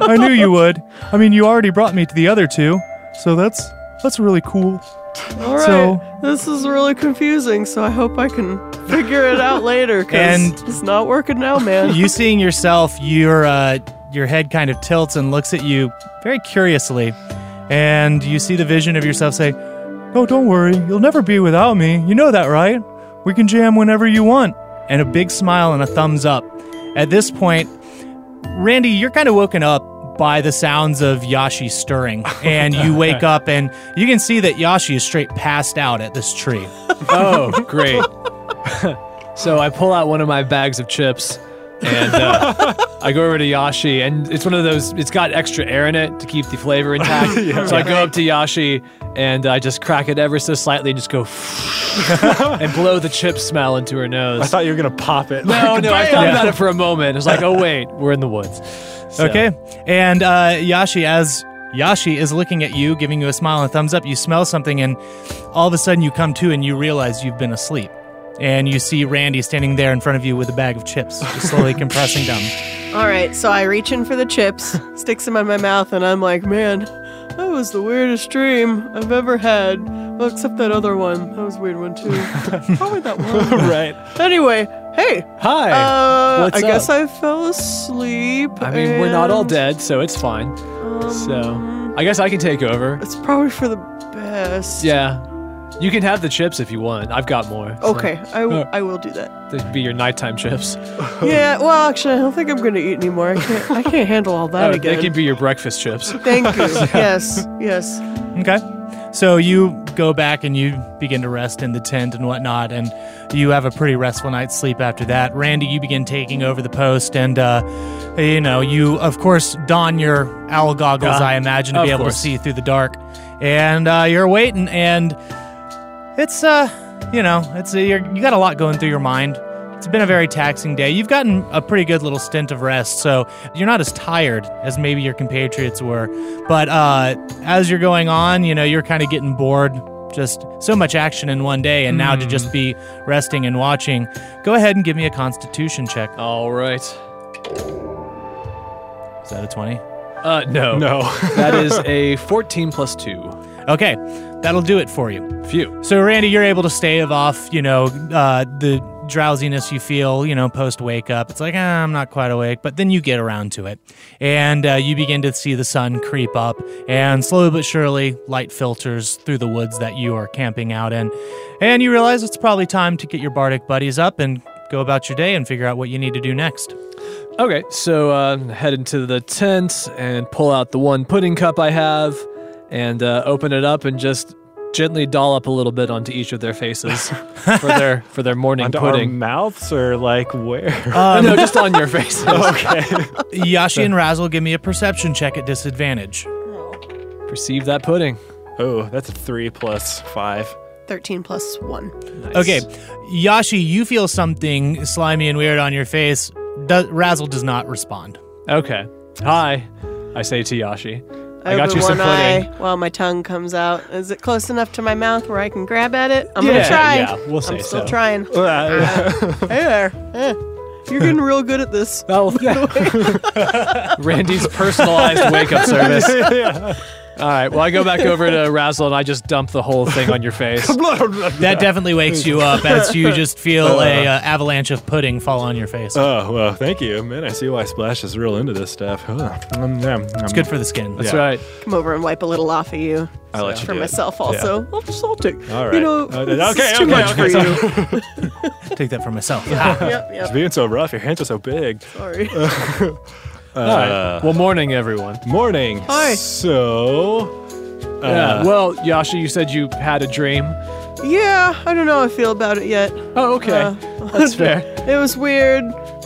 S1: i knew you would i mean you already brought me to the other two so that's that's really cool
S4: All right.
S1: So-
S4: this is really confusing. So I hope I can <laughs> figure it out later. Cause
S1: And-
S4: <laughs> it's not working now, man.
S1: you seeing yourself you're uh your head kind of tilts and looks at you very curiously, and you see the vision of yourself say, "Oh, don't worry, you'll never be without me. You know that, right? We can jam whenever you want." And a big smile and a thumbs up. At this point, Randy, you're kind of woken up by the sounds of Yashi stirring, and you wake up and you can see that Yashi is straight passed out at this tree.
S3: <laughs> Oh, great. <laughs> so I pull out one of my bags of chips and <laughs> uh, I go over to Yashi, and it's one of those, it's got extra air in it to keep the <laughs> flavor intact. so I go up to Yashi and I just crack it ever so slightly and just go <laughs> and blow the chip smell into her
S2: I
S3: nose.
S2: thought you were gonna pop it. <laughs>
S3: no, no, I
S2: Bam!
S3: thought about it for a moment. It's like, oh, wait, we're in the <laughs> woods. So-
S1: Okay. And uh, Yashi, as Yashi is looking at you, giving you a smile and a thumbs up, you smell something, and all of a sudden you come to and you realize you've been asleep. And you see Randy standing there in front of you with a bag of chips, just slowly compressing them.
S4: All right, so I reach in for the <laughs> chips, sticks them in my mouth, and I'm like, man, that was the weirdest dream I've ever had. Well, except that other one. That was a weird one, too.
S3: <laughs>
S4: Probably that <laughs> one.
S2: right.
S4: Anyway, hey,
S3: Hi.
S4: uh,
S3: what's
S4: I guess
S3: up?
S4: I fell asleep.
S3: I mean, we're not all
S4: and,
S3: dead, so it's fine.
S4: um,
S3: So I guess I can
S4: <laughs>
S3: take over.
S4: It's probably for the best.
S3: Yeah. You can have the chips if you want. I've got more. so
S4: Okay, I, w-
S3: Uh.
S4: I will do that.
S3: They'd be your nighttime chips.
S4: Yeah, well, actually, I don't think I'm going to eat anymore. I can't, I can't handle all that
S3: Oh,
S4: again.
S3: they can be your breakfast chips.
S4: Thank
S3: <laughs>
S4: you. yes, yes.
S1: Okay. So you go back and you begin to rest in the tent and whatnot, and you have a pretty restful night's sleep after that. Randy, you begin taking over the post, and uh, you know you of course don your owl goggles,
S3: Ah,
S1: I imagine, to
S3: of
S1: be able
S3: course.
S1: to see through the dark, and uh, you're waiting, and it's uh, you know, it's uh, you're, you got a lot going through your mind. It's been a very taxing day. You've gotten a pretty good little stint of rest, so you're not as tired as maybe your compatriots were. But uh, as you're going on, you know, you're kind of getting bored. Just so much action in one day, and now to just
S3: Mm.
S1: be resting and watching. Go ahead and give me a Constitution check.
S3: All right.
S1: Is that a twenty?
S3: Uh, no.
S2: No.
S3: <laughs> that is a 14 plus 2.
S1: Okay, that'll do it for you.
S3: Phew.
S1: So, Randy, you're able to stave off, you know, uh, the drowsiness you feel, you know, post wake up. It's like, ah, I'm not quite awake, but then you get around to it. And uh, you begin to see the sun creep up, and slowly but surely, light filters through the woods that you are camping out in. And you realize it's probably time to get your Bardic buddies up and go about your day and figure out what you need to do next.
S3: Okay, so uh, head into the tent and pull out the one pudding cup I have and uh, open it up and just gently dollop a little bit onto each of their faces for their for their morning
S2: Onto our
S3: pudding.
S2: mouths or like where?
S3: Uh, no, just on your <laughs> faces.
S2: okay.
S1: Yashi and Razzle, give me a perception check at disadvantage.
S3: Perceive that pudding.
S2: <laughs> Oh, that's a three plus five.
S4: <laughs> 13 plus 1.
S3: Nice.
S1: Okay, Yashi, you feel something slimy and weird on your face. Do- Razzle does not respond.
S3: Okay. Hi, I say to Yashi.
S4: I,
S3: I got
S4: open
S3: you some
S4: one eye
S3: pudding.
S4: while my tongue comes out. Is it close enough to my mouth where I can grab at it? I'm gonna
S3: Yeah,
S4: try.
S3: yeah, we'll say
S4: I'm still
S3: so. <laughs>
S4: trying. hey
S2: Uh,
S4: there. Eh. You're getting real good at this. <laughs>
S3: Oh, <laughs> Randy's personalized
S4: <laughs>
S3: wake up service. All right. Well, I go back over to Razzle and I just dump the whole thing on your face.
S1: That definitely wakes you up as you just feel a uh, avalanche of pudding fall on your face.
S2: oh, well, thank you. Man, I see why Splash is real into this stuff. Um, It's
S1: It's good for the skin.
S3: That's
S2: Yeah.
S3: right.
S4: Come over and wipe a little off of you.
S2: I let you
S4: for
S2: do it.
S4: myself also. I'll just I'll take.
S2: All
S4: You
S2: right.
S4: know,
S2: Uh,
S4: this
S2: okay,
S4: is too
S2: okay,
S4: much
S2: okay,
S4: for
S3: <laughs>
S4: you.
S1: Take that for myself. Ah,
S4: yep,
S2: It's
S4: yep.
S2: being so rough. Your hands are so big.
S4: Sorry.
S3: All right. Well, morning, everyone.
S2: Morning.
S4: Hi.
S2: So,
S3: yeah. Well, Yasha, you said you had a dream.
S4: yeah, I don't know how I feel about it yet.
S3: Oh, okay.
S4: Uh, <laughs>
S3: That's fair.
S4: It was weird.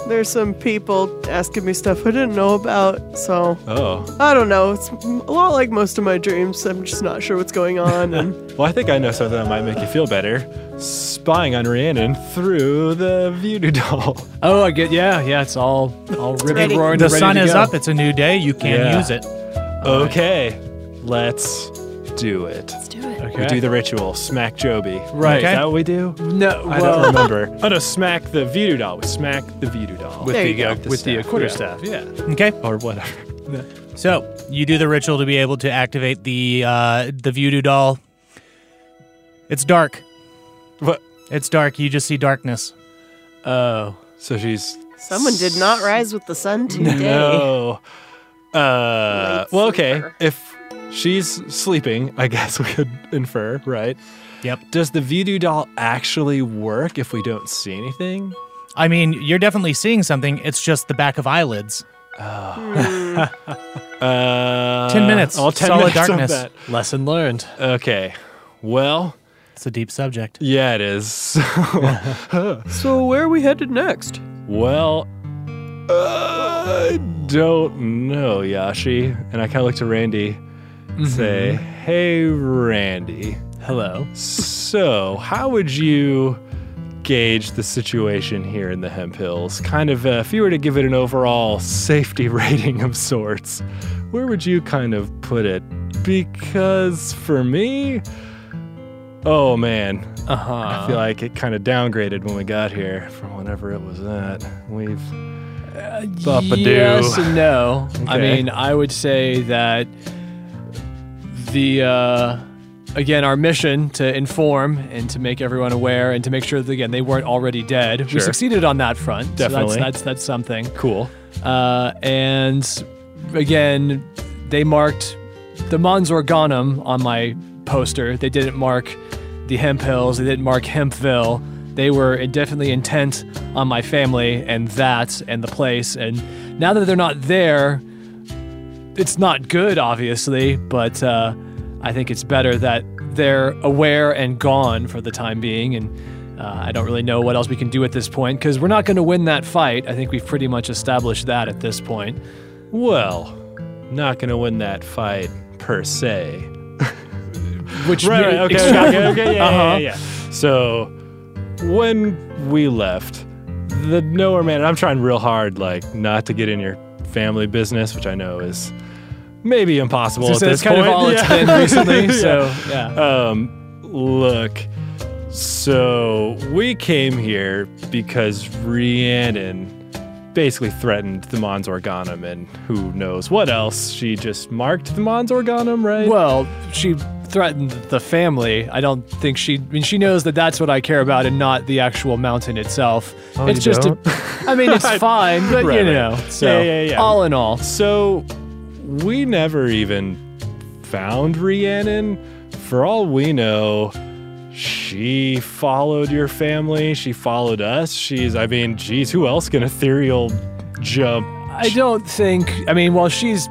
S4: There's some people asking me stuff I didn't know about, so
S2: oh,
S4: I don't know. It's m- a lot like most of my dreams. I'm just not sure what's going on.
S3: <laughs>
S4: And
S2: well, I think I know something that might make you feel better. Spying on Rhiannon through the voodoo doll.
S3: Oh, I get. Yeah, yeah. It's all all ribbon
S4: ready.
S3: roaring.
S1: The
S3: ready
S1: sun
S3: to
S1: is
S3: go.
S1: up. It's a new day. You can
S2: Yeah.
S1: use it.
S2: Okay, let's do it.
S3: Okay.
S2: We do the ritual. Smack Joby.
S3: Right.
S2: Is that what we do?
S3: no.
S2: I
S3: well,
S2: don't remember. oh no, smack the voodoo doll. We smack the voodoo doll.
S3: With
S4: There you
S3: the
S4: go.
S3: uh,
S2: The
S3: with the uh,
S2: staff,
S3: quarter
S2: yeah.
S3: staff. Yeah.
S1: Okay.
S2: or whatever.
S1: So you do the ritual to be able to activate the uh, the voodoo doll. It's dark.
S2: What?
S1: It's dark. You just see darkness.
S3: Oh.
S2: So she's
S4: Someone did not rise with the sun today.
S2: <laughs> No. Oh, Uh,
S4: Light
S2: well, okay.
S4: sleeper.
S2: If she's sleeping, I guess we could infer, right?
S1: Yep.
S2: Does the voodoo doll actually work if we don't see anything?
S1: I mean, you're definitely seeing something. It's just the back of eyelids.
S2: Uh,
S1: Ten minutes.
S2: All ten
S1: Solid
S2: minutes of
S1: darkness.
S2: that.
S3: Lesson learned.
S2: Okay. Well,
S1: It's a deep subject.
S2: yeah, it is. <laughs> So,
S4: So where are we headed next?
S2: well, uh, I don't know, Yashi. And I kind of look to Randy, and say, "Hey, Randy."
S3: Hello.
S2: So, how would you gauge the situation here in the Hemp Hills? Kind of, uh, if you were to give it an overall safety <laughs> rating of sorts, where would you kind of put it? Because for me, oh man,
S3: Uh huh.
S2: I feel like it kind of downgraded when we got here from whenever it was at. We've. Bop-a-doo.
S3: Yes and no. I
S2: Okay.
S3: mean, I would say that the uh, again our mission to inform and to make everyone aware and to make sure that again they weren't already dead.
S2: Sure.
S3: We succeeded on that front.
S2: Definitely.
S3: so that's, that's that's something.
S2: Cool.
S3: Uh, and again, they marked the Mons Organum on my poster. They didn't mark the Hemp Hills. They didn't mark Hempville. They were definitely intent on my family and that and the place. And now that they're not there, it's not good, obviously, but uh, I think it's better that they're aware and gone for the time being. And uh, I don't really know what else we can do at this point because we're not going to win that fight. I think we've pretty much established that at this point.
S2: Well, not gonna win that fight per se.
S3: Which
S2: right,
S3: really
S2: right, okay,
S3: extra-
S2: okay, okay, yeah,
S3: Uh-huh.
S2: yeah, yeah, yeah. So when we left, the knower man, and I'm trying real hard, like not to get in your family business, which I know is maybe impossible at
S3: So
S2: this
S3: that's kind
S2: point.
S3: of all it's
S2: Yeah. <laughs>
S3: been recently.
S2: Yeah.
S3: So yeah,
S2: Um, look, so we came here because Rhiannon basically threatened the Mons Organum and who knows what else. She just marked the Mons Organum, right?
S3: well, she threatened the family. I don't think she. I mean, she knows that that's what I care about and not the actual mountain itself. it's
S2: Oh, you
S3: just.
S2: don't?
S3: A, I
S2: <laughs>
S3: mean, it's fine, but
S2: Right,
S3: you
S2: right.
S3: know. So
S2: Yeah, yeah, yeah.
S3: all in all,
S2: So we never even found Rhiannon. For all we know, she followed your family. She followed us. She's, I mean, geez, who else can ethereal jump?
S3: I don't think. I mean, while she's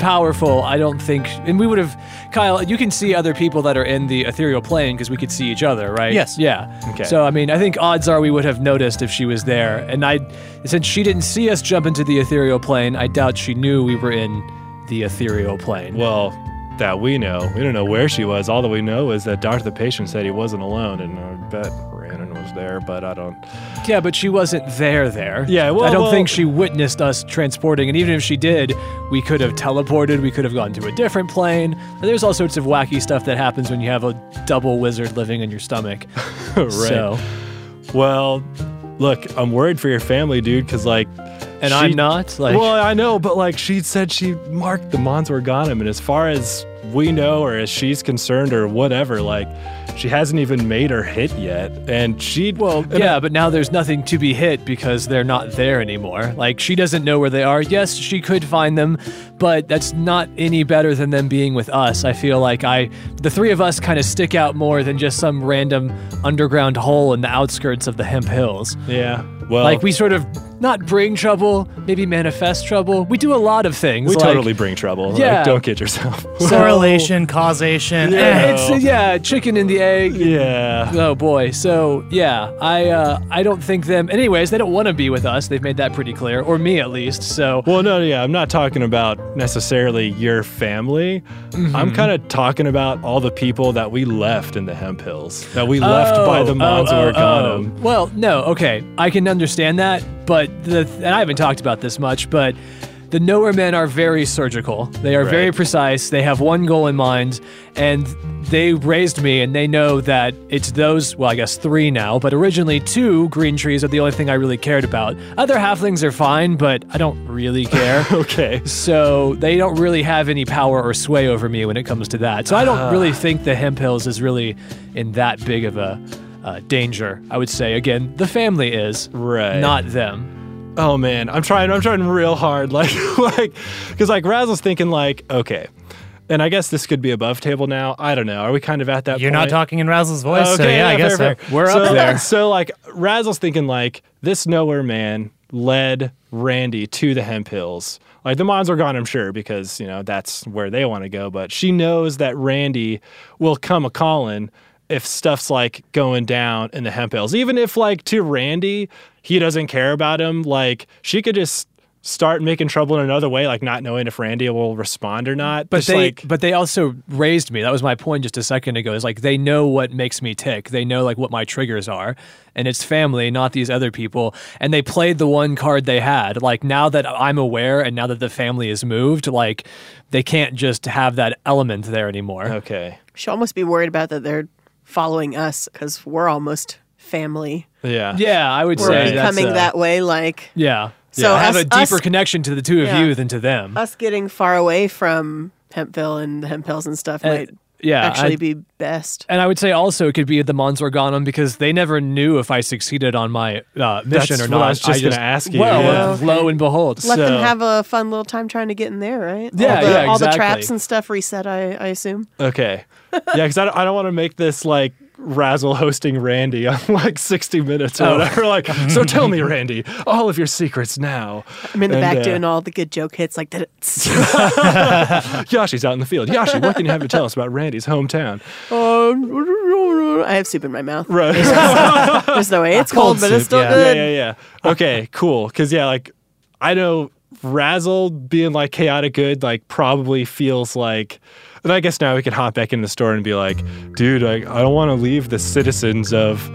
S3: powerful, I don't think. And we would have, Kyle. You can see other people that are in the ethereal plane because we could see each other, right?
S1: Yes.
S3: Yeah.
S2: Okay.
S3: So I mean, I think odds are we would have noticed if she was there. And I, since she didn't see us jump into the ethereal plane, I doubt she knew we were in the ethereal plane.
S2: Well, that we know. We don't know where she was. All that we know is that Doctor the Patient said he wasn't alone, and I bet Rhiannon was there, but I don't.
S3: Yeah, but she wasn't there there.
S2: Yeah, well,
S3: I don't
S2: well-
S3: think she witnessed us transporting, and even if she did, we could have teleported, we could have gone to a different plane. There's all sorts of wacky stuff that happens when you have a double wizard living in your stomach.
S2: <laughs> right.
S3: So
S2: Well, look, I'm worried for your family, dude, because, like.
S3: and
S2: she-
S3: I'm not like
S2: well, I know, but like she said, she marked the Mons Organum, and as far as we know, or as she's concerned, or whatever, like she hasn't even made her hit yet, and she
S3: Well, <laughs> yeah, but now there's nothing to be hit because they're not there anymore. Like, she doesn't know where they are. Yes, she could find them, but that's not any better than them being with us. I feel like I, the three of us kind of stick out more than just some random underground hole in the outskirts of the Hemp Hills.
S2: yeah. Well,
S3: Like, we sort of not bring trouble, maybe manifest trouble. We do a lot of things.
S2: we <laughs>
S3: like-
S2: totally bring trouble.
S3: Yeah.
S2: Like, don't kid yourself. <laughs>
S1: Correlation, causation.
S2: Yeah.
S1: eh.
S3: <laughs> It's, yeah, chicken and the egg.
S2: yeah.
S3: Oh boy. So yeah, I uh, I don't think them. Anyways, they don't want to be with us. They've made that pretty clear, or me at least. So
S2: Well, no, yeah, I'm not talking about necessarily your family.
S3: Mm-hmm.
S2: I'm kind of talking about all the people that we left in the Hemp Hills, that we left by
S3: Oh,
S2: the Mons
S3: oh, oh,
S2: Organum.
S3: oh. Well, no. Okay, I can understand that, but the and I haven't talked about this much, but. The nowhere men are very surgical. They are very
S2: Right.
S3: precise. They have one goal in mind, and they raised me, and they know that it's those. Well, I guess three now, but originally two green trees are the only thing I really cared about. Other halflings are fine, but I don't
S2: <laughs>
S3: really care.
S2: Okay.
S3: So they don't really have any power or sway over me when it comes to that. So I don't
S2: Ah.
S3: really think the Hemp Hills is really in that big of a uh, danger. I would say again, the family is
S2: Right.
S3: not them.
S2: oh man, I'm trying, I'm trying real hard, <laughs> like, like, because like Razzle's thinking like, okay, and I guess this could be above table now. I don't know. Are we kind of at that?
S1: You're not
S2: point?
S1: talking in Razzle's voice, so yeah, I
S2: fair,
S1: guess
S2: fair,
S1: so.
S2: fair.
S3: We're
S2: so,
S3: up there.
S2: <laughs> So like Razzle's thinking like this nowhere man led Randy to the hemp hills. Like the mons are gone, I'm sure, because you know that's where they want to go. But she knows that Randy will come a calling if stuff's like going down in the hemp hills. Even if like to Randy, he doesn't care about him. Like she could just start making trouble in another way, like not knowing if Randy will respond or not.
S3: But
S2: Just,
S3: they,
S2: like,
S3: but they also raised me. That was my point just a second ago. Is like they know what makes me tick. They know like what my triggers are, and it's family, not these other people. And they played the one card they had. Like now that I'm aware, and now that the family is moved, like they can't just have that element there anymore.
S2: okay,
S4: She'll almost be worried about that they're following us because we're almost family.
S2: yeah,
S3: Yeah, I would
S4: We're
S2: Right.
S3: say that's,
S4: becoming
S3: uh,
S4: that way, like
S3: Yeah.
S4: So
S3: I have
S4: us-
S3: a deeper
S4: us-
S3: connection to the two of
S4: Yeah. Uh,
S3: you than to them.
S4: us getting far away from Hempville and the hemp hills and stuff might
S3: Uh, yeah,
S4: actually
S3: I-
S4: be best.
S3: And I would say also it could be the Mons Organum because they never knew if I succeeded on my uh, mission
S2: That's
S3: or
S2: what I
S3: not.
S2: was just gonna ask you,
S3: Well,
S2: yeah.
S3: lo and behold,
S4: Let
S2: So-
S4: them have a fun little time trying to get in there, right?
S3: Yeah,
S4: all the,
S3: yeah,
S4: all the
S3: exactly.
S4: traps and stuff reset. I, I assume.
S2: Okay. Yeah, because I don't, I don't want to make this like Razzle hosting Randy on <laughs> like 60 Minutes or whatever. Like, so tell me, Randy, all of your secrets now.
S4: I'm in the
S2: And,
S4: back
S2: uh,
S4: doing all the good joke hits, like that.
S2: Yashi's out in the field. Yashi, what can you have to tell us about Randy's hometown?
S4: Um, <laughs> I have soup in my mouth.
S2: Right.
S4: There's no way. It's cold, but it's
S1: soup,
S4: still
S1: yeah.
S4: good.
S2: Yeah, yeah, yeah. Okay, <laughs> cool. Because yeah, like I know Razzle being like chaotic good, like probably feels like. And I guess now we could hop back in the store and be like, dude, I, I don't want to leave the citizens of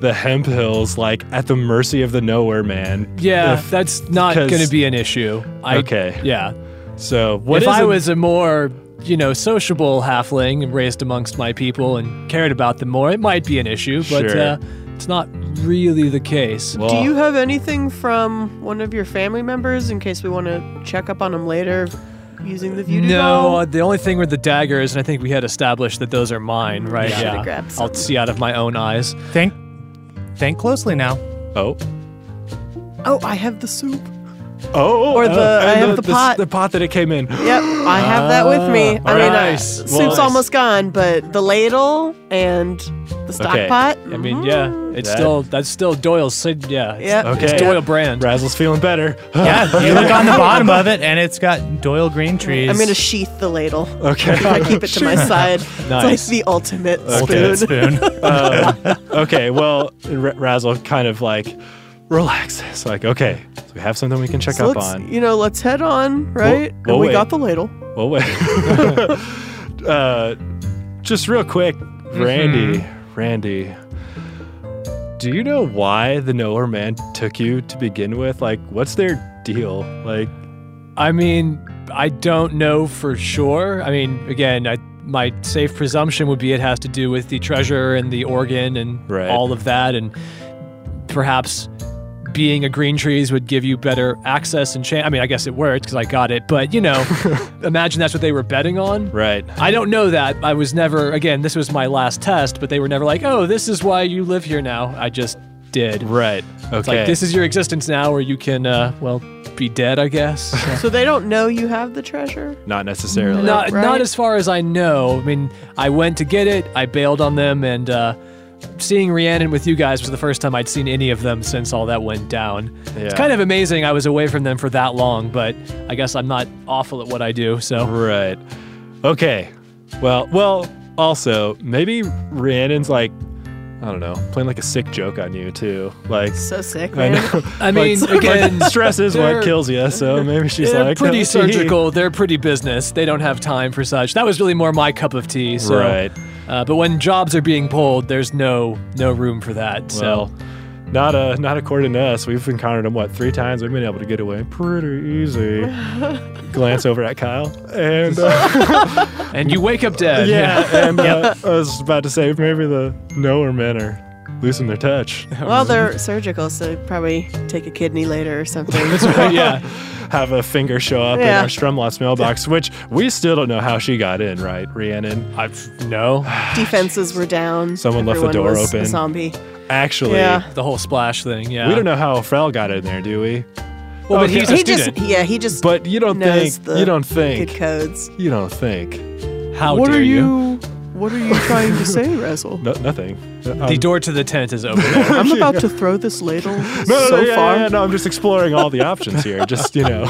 S2: the Hemp Hills like at the mercy of the nowhere man.
S3: yeah,
S2: If-
S3: that's not
S2: because-
S3: going to be an issue. I,
S2: Okay.
S3: Yeah.
S2: so what is
S3: if I
S2: a-
S3: was a more you know sociable halfling and raised amongst my people and cared about them more, it might be an issue. But
S2: Sure.
S3: uh, it's not really the case.
S2: Well,
S4: Do you have anything from one of your family members in case we want to check up on them later using the voodoo
S3: No,
S4: doll?
S3: uh, the only thing were the daggers, and I think we had established that those are mine, right?
S4: should've grabbed
S3: I'll see out of my own eyes.
S1: Think, think closely now.
S2: oh
S4: Oh, I have the soup.
S2: oh
S4: Or
S2: oh,
S4: the- I
S2: and
S4: have the
S2: s-
S4: pot.
S2: the pot that it came in. <gasps>
S4: Yep, I have that with me. I mean, I,
S3: nice.
S4: soup's
S3: Well, nice.
S4: almost gone, but the ladle and the stock
S2: Okay.
S4: pot. mm-hmm.
S3: I mean, yeah, it's
S2: That-
S3: still that's still Doyle's. sig- Yeah, it's-
S4: Yep.
S3: it's
S2: Okay.
S3: Doyle brand.
S2: Razzle's feeling better.
S1: Yeah, you look on the bottom of it, and it's got Doyle green trees.
S4: I'm gonna sheath the ladle.
S2: <laughs> Okay.
S4: I keep
S2: <laughs>
S4: it to my side.
S3: Nice.
S4: It's like the ultimate
S2: Okay.
S4: spoon.
S1: spoon.
S2: Um, okay, well, R- Razzle kind of like relaxes. Like, okay, so we have something we can check
S4: <laughs> So
S2: up
S4: let's,
S2: on.
S4: you know, let's head on, right?
S2: we'll
S4: and we
S2: wait.
S4: got the ladle.
S2: Well, wait. <laughs> uh, just real quick,
S3: Mm-hmm.
S2: Randy, Randy, do you know why the Nowhere Man took you to begin with? Like, what's their deal? Like,
S3: <laughs> I mean, I don't know for sure. I mean, again, I, my safe presumption would be it has to do with the treasure and the organ and
S2: Right.
S3: all of that, and perhaps being a green trees would give you better access and chance. I mean, I guess it worked because I got it, but
S2: <laughs>
S3: you know, imagine that's what they were betting on.
S2: right.
S3: I don't know that. I was never, again, this was my last test, but they were never like, oh, this is why you live here now. I just did.
S2: Right. Okay.
S3: It's like, this is your existence now where you can, uh, well, be dead,
S2: <laughs>
S3: I guess.
S4: So they don't know you have the treasure.
S2: Not necessarily.
S3: not,
S4: right?
S3: not as far as I know. I mean, I went to get it, I bailed on them, and uh, seeing Rhiannon with you guys was the first time I'd seen any of them since all that went down. It's
S2: Yeah.
S3: kind of amazing I was away from them for that long, but I guess I'm not awful at what I do, so.
S2: Right. Okay. Well, well, also, maybe Rhiannon's like, I don't know, playing like a sick joke on you, too. Like,
S4: So sick,
S2: I
S4: man.
S2: know.
S3: I mean, <laughs> again,
S2: <laughs> Stress is
S3: they're-
S2: what kills you, so maybe she's
S3: They're
S2: like <laughs>
S3: pretty
S2: "Oh, gee."
S3: surgical. They're pretty business. They don't have time for such. That was really more my cup of tea. So,
S2: Right.
S3: uh, but when jobs are being pulled, there's no no room for that.
S2: Well,
S3: so
S2: not a not according to us. We've encountered them what three times. We've been able to get away pretty
S3: <laughs>
S2: easy. Glance over at Kyle, and uh,
S3: and you wake up <laughs> dead.
S2: yeah, <laughs> and uh, I was about to say maybe the knower men are losing their touch.
S4: <laughs> well, they're surgical, so probably take a kidney later
S2: <laughs>
S4: or something.
S3: Yeah. yeah.
S2: Have a finger show up
S4: Yeah.
S2: in our Strumlot's mailbox, which we still don't know how she got in. Right, Rhiannon.
S3: I've no.
S4: Defenses were down.
S2: Someone left the
S4: Everyone
S2: door
S4: was
S2: open. Oh,
S4: A zombie.
S2: Actually,
S4: Yeah.
S3: The whole splash thing, yeah.
S2: we don't know how Frel got in there, do we?
S3: Well, but
S2: Okay.
S3: he's a
S4: he just
S3: student.
S4: yeah he just
S2: But you don't
S4: knows
S2: think.
S4: the
S2: You don't
S4: wicked
S2: think.
S4: codes.
S2: You don't think.
S3: How
S4: what
S3: dare
S4: are
S3: you?
S4: you? What are you trying to say,
S2: <laughs>
S4: Razzle?
S2: No, nothing. Um,
S3: The door to the tent is
S2: <laughs>
S3: open.
S4: I'm about to throw this ladle
S2: No, no,
S4: so
S2: no, yeah,
S4: far.
S2: yeah, yeah, no, I'm just exploring all the options
S3: <laughs>
S2: here. Just, you know.